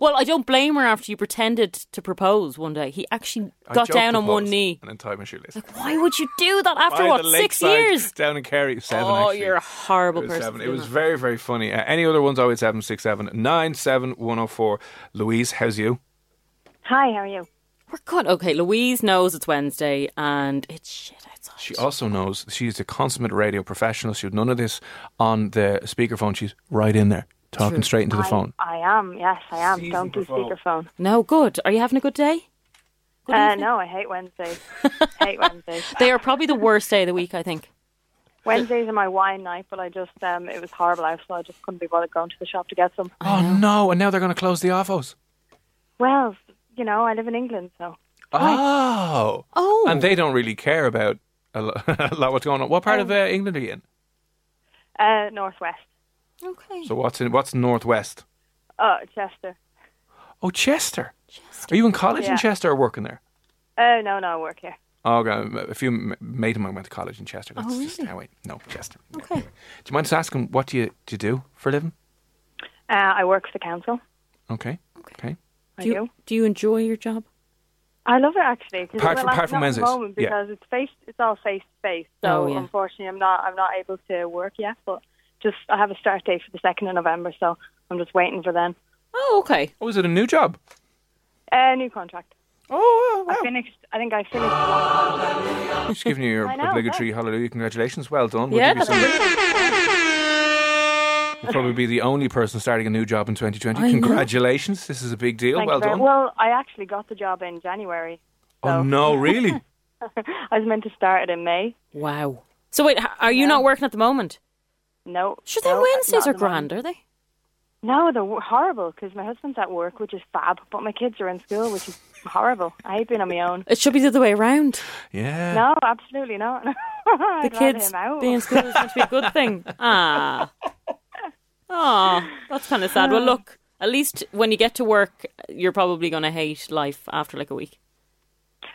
Speaker 4: Well, I don't blame her after you pretended to propose one day. He actually
Speaker 2: I
Speaker 4: got
Speaker 2: joked
Speaker 4: down on
Speaker 2: about
Speaker 4: one
Speaker 2: it
Speaker 4: knee.
Speaker 2: And then tied my shoelace.
Speaker 4: Why would you do that after
Speaker 2: By
Speaker 4: what
Speaker 2: the
Speaker 4: six
Speaker 2: lakeside
Speaker 4: years?
Speaker 2: Down in Kerry. Seven,
Speaker 4: oh,
Speaker 2: actually.
Speaker 4: you're a horrible
Speaker 2: It was
Speaker 4: person.
Speaker 2: seven.
Speaker 4: for
Speaker 2: It
Speaker 4: doing
Speaker 2: was very, very funny. Uh, any other ones? 08767 97104. Louise, how's you?
Speaker 8: Hi, how are you?
Speaker 4: that. We're good. Okay, Louise knows it's Wednesday and it's shit outside.
Speaker 2: She also knows she's a consummate radio professional. She would none of this on the speakerphone. She's right in there, talking
Speaker 4: True.
Speaker 2: straight into the
Speaker 8: I-
Speaker 2: phone.
Speaker 8: I am, yes, I am. Don't do speakerphone.
Speaker 4: No, good. Are you having a good day? Good
Speaker 8: Uh,
Speaker 4: evening.
Speaker 8: no, I hate Wednesdays. hate Wednesdays.
Speaker 4: They are probably the worst day of the week, I think.
Speaker 8: Wednesdays are my wine night, but I just, um, it was horrible out, so I just couldn't be bothered going to the shop to get some.
Speaker 2: Oh, no. And now they're going to close the Avos.
Speaker 8: Well, you know, I live in England, so.
Speaker 2: Oh.
Speaker 4: Oh.
Speaker 2: And they don't really care about a lo- a lot what's going on. What part of uh,
Speaker 8: Oh.
Speaker 2: England are you in?
Speaker 8: Uh, Northwest.
Speaker 4: Okay.
Speaker 2: So what's in what's northwest?
Speaker 8: Oh, Chester.
Speaker 2: Oh, Chester. Are you in college
Speaker 8: Yeah.
Speaker 2: in Chester or working there?
Speaker 8: Oh, no, no, I work here.
Speaker 2: Oh, God, a few m- mate of mine went to college in Chester. That's just how I no Chester.
Speaker 8: Oh, Okay.
Speaker 2: Do you mind just asking what do you do you do for a living?
Speaker 8: Uh, I work for the council.
Speaker 2: Okay. Okay.
Speaker 8: I
Speaker 4: Do you, do you enjoy your job?
Speaker 8: I love it actually. 'cause-
Speaker 2: Apart
Speaker 8: well,
Speaker 2: from-
Speaker 8: I'm
Speaker 2: apart from
Speaker 8: not at
Speaker 2: Wednesdays,
Speaker 8: the moment
Speaker 2: yeah.
Speaker 8: because it's face, it's all face to face. So
Speaker 4: Oh, yeah.
Speaker 8: unfortunately, I'm not, I'm not able to work yet. But just, I have a start date for the second of November, so I'm just waiting for then.
Speaker 4: Oh, okay.
Speaker 2: Oh, is it a new job?
Speaker 8: Uh, new contract.
Speaker 2: Oh,
Speaker 8: I finished. I think I finished. Last
Speaker 2: Just giving you your
Speaker 8: I know,
Speaker 2: obligatory hallelujah. Congratulations. Well done. We'll
Speaker 8: Yeah,
Speaker 2: give you some You'll probably be the only person starting a new job in 2020.
Speaker 8: I know.
Speaker 2: Congratulations. This is a big deal.
Speaker 8: Thank
Speaker 2: well
Speaker 8: you very-
Speaker 2: done.
Speaker 8: Well, I actually got the job in January.
Speaker 2: oh, no, really?
Speaker 8: I was meant to start it in May.
Speaker 4: Wow. So wait, h- are you not working at the moment?
Speaker 8: No.
Speaker 4: Sure, then
Speaker 8: no,
Speaker 4: Wednesdays
Speaker 8: not
Speaker 4: are
Speaker 8: at the moment.
Speaker 4: grand, are they?
Speaker 8: No, they're w- horrible because my husband's at work, which is fab, but my kids are in school, which is horrible. I hate being on my own.
Speaker 4: It should be the other way around.
Speaker 2: Yeah.
Speaker 8: No, absolutely not.
Speaker 4: The
Speaker 8: I'd rather
Speaker 4: kids
Speaker 8: him out.
Speaker 4: being in school is meant to be a good thing. Ah. Ah, that's kind of sad. Well, look, at least when you get to work, you're probably going to hate life after like a week.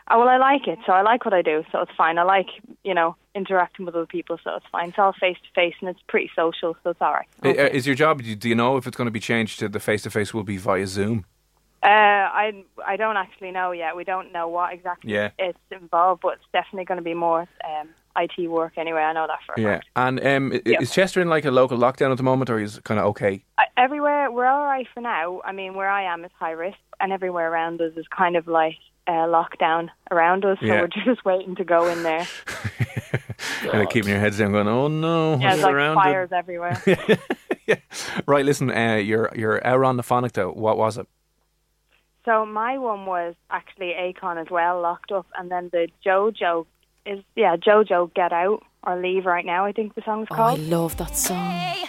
Speaker 8: Oh, well, I like it, so I like what I do, so it's fine. I like, you know, interacting with other people, so it's fine. It's all face to face and it's pretty social, so it's all right.
Speaker 2: I- uh, Is your job, do you- do you know if it's going to be changed to the face to face will be via Zoom?
Speaker 8: Uh, I I don't actually know yet. We don't know what exactly
Speaker 2: Yeah.
Speaker 8: it's involved, but it's definitely going to be more um, IT work anyway. I know that for a
Speaker 2: Yeah.
Speaker 8: fact.
Speaker 2: And um, i-
Speaker 8: Yeah.
Speaker 2: is Chester in like a local lockdown at the moment or is it kind of okay?
Speaker 8: I, everywhere we're all right for now. I mean, where I am is high risk, and everywhere around us is kind of like uh, lockdown around us. So
Speaker 2: Yeah.
Speaker 8: we're just waiting to go in there.
Speaker 2: Kind of uh, keeping your heads down going, oh no,
Speaker 8: Oh, yeah,
Speaker 2: I'm
Speaker 8: there's like
Speaker 2: surrounded.
Speaker 8: fires everywhere.
Speaker 2: Right, listen, uh, your, your hour on the phonic though, what was it?
Speaker 8: So my one was actually Akon as well, locked up, and then the JoJo is yeah JoJo Get Out or Leave Right Now. I think the song's
Speaker 4: Oh, I
Speaker 8: called.
Speaker 4: love that song.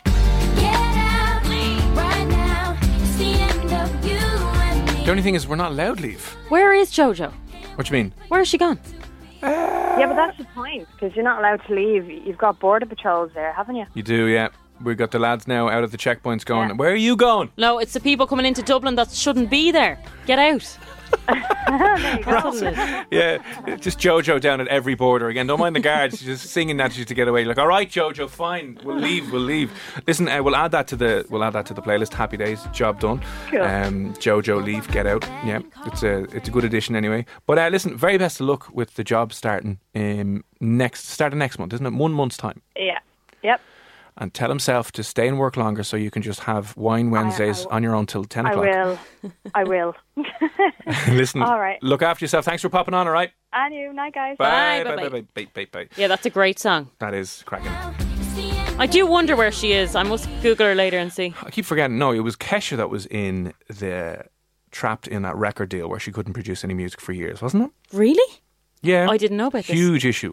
Speaker 2: The only thing is, we're not allowed leave.
Speaker 4: Where is JoJo?
Speaker 2: What do you mean?
Speaker 4: Where is she gone?
Speaker 8: yeah, but that's the point because you're not allowed to leave. You've got border patrols there, haven't you?
Speaker 2: You do, yeah. We've got the lads now out of the checkpoints going,
Speaker 4: Yeah.
Speaker 2: where are you going?
Speaker 4: No, it's the people coming into Dublin that shouldn't be there. Get out. That's what it is.
Speaker 2: Yeah, just Jojo down at every border again. Don't mind the guards. She's just singing that to get away. Like, all right, Jojo, fine, we'll leave, we'll leave. Listen, uh, we'll add that to the we'll add that to the playlist. Happy days, job done.
Speaker 8: Cool.
Speaker 2: Um, Jojo, leave, get out. Yeah, it's a it's a good addition anyway. But uh, listen, very best of luck with the job starting um, next starting next month, isn't it? One month's time.
Speaker 8: Yeah. Yep.
Speaker 2: And tell himself to stay and work longer so you can just have wine Wednesdays on your own till ten
Speaker 8: I
Speaker 2: o'clock.
Speaker 8: will. I will.
Speaker 2: listen,
Speaker 8: All right.
Speaker 2: look after yourself. Thanks for popping on. All right.
Speaker 8: And you, night guys.
Speaker 2: bye, bye, bye, bye, bye, bye.
Speaker 4: Yeah, that's a great song.
Speaker 2: That is cracking.
Speaker 4: I do wonder where she is. I must Google her later and see.
Speaker 2: I keep forgetting. No, it was Kesha that was in the trapped in that record deal where she couldn't produce any music for years, wasn't it?
Speaker 4: Really?
Speaker 2: Yeah.
Speaker 4: I didn't know about this.
Speaker 2: Huge issue.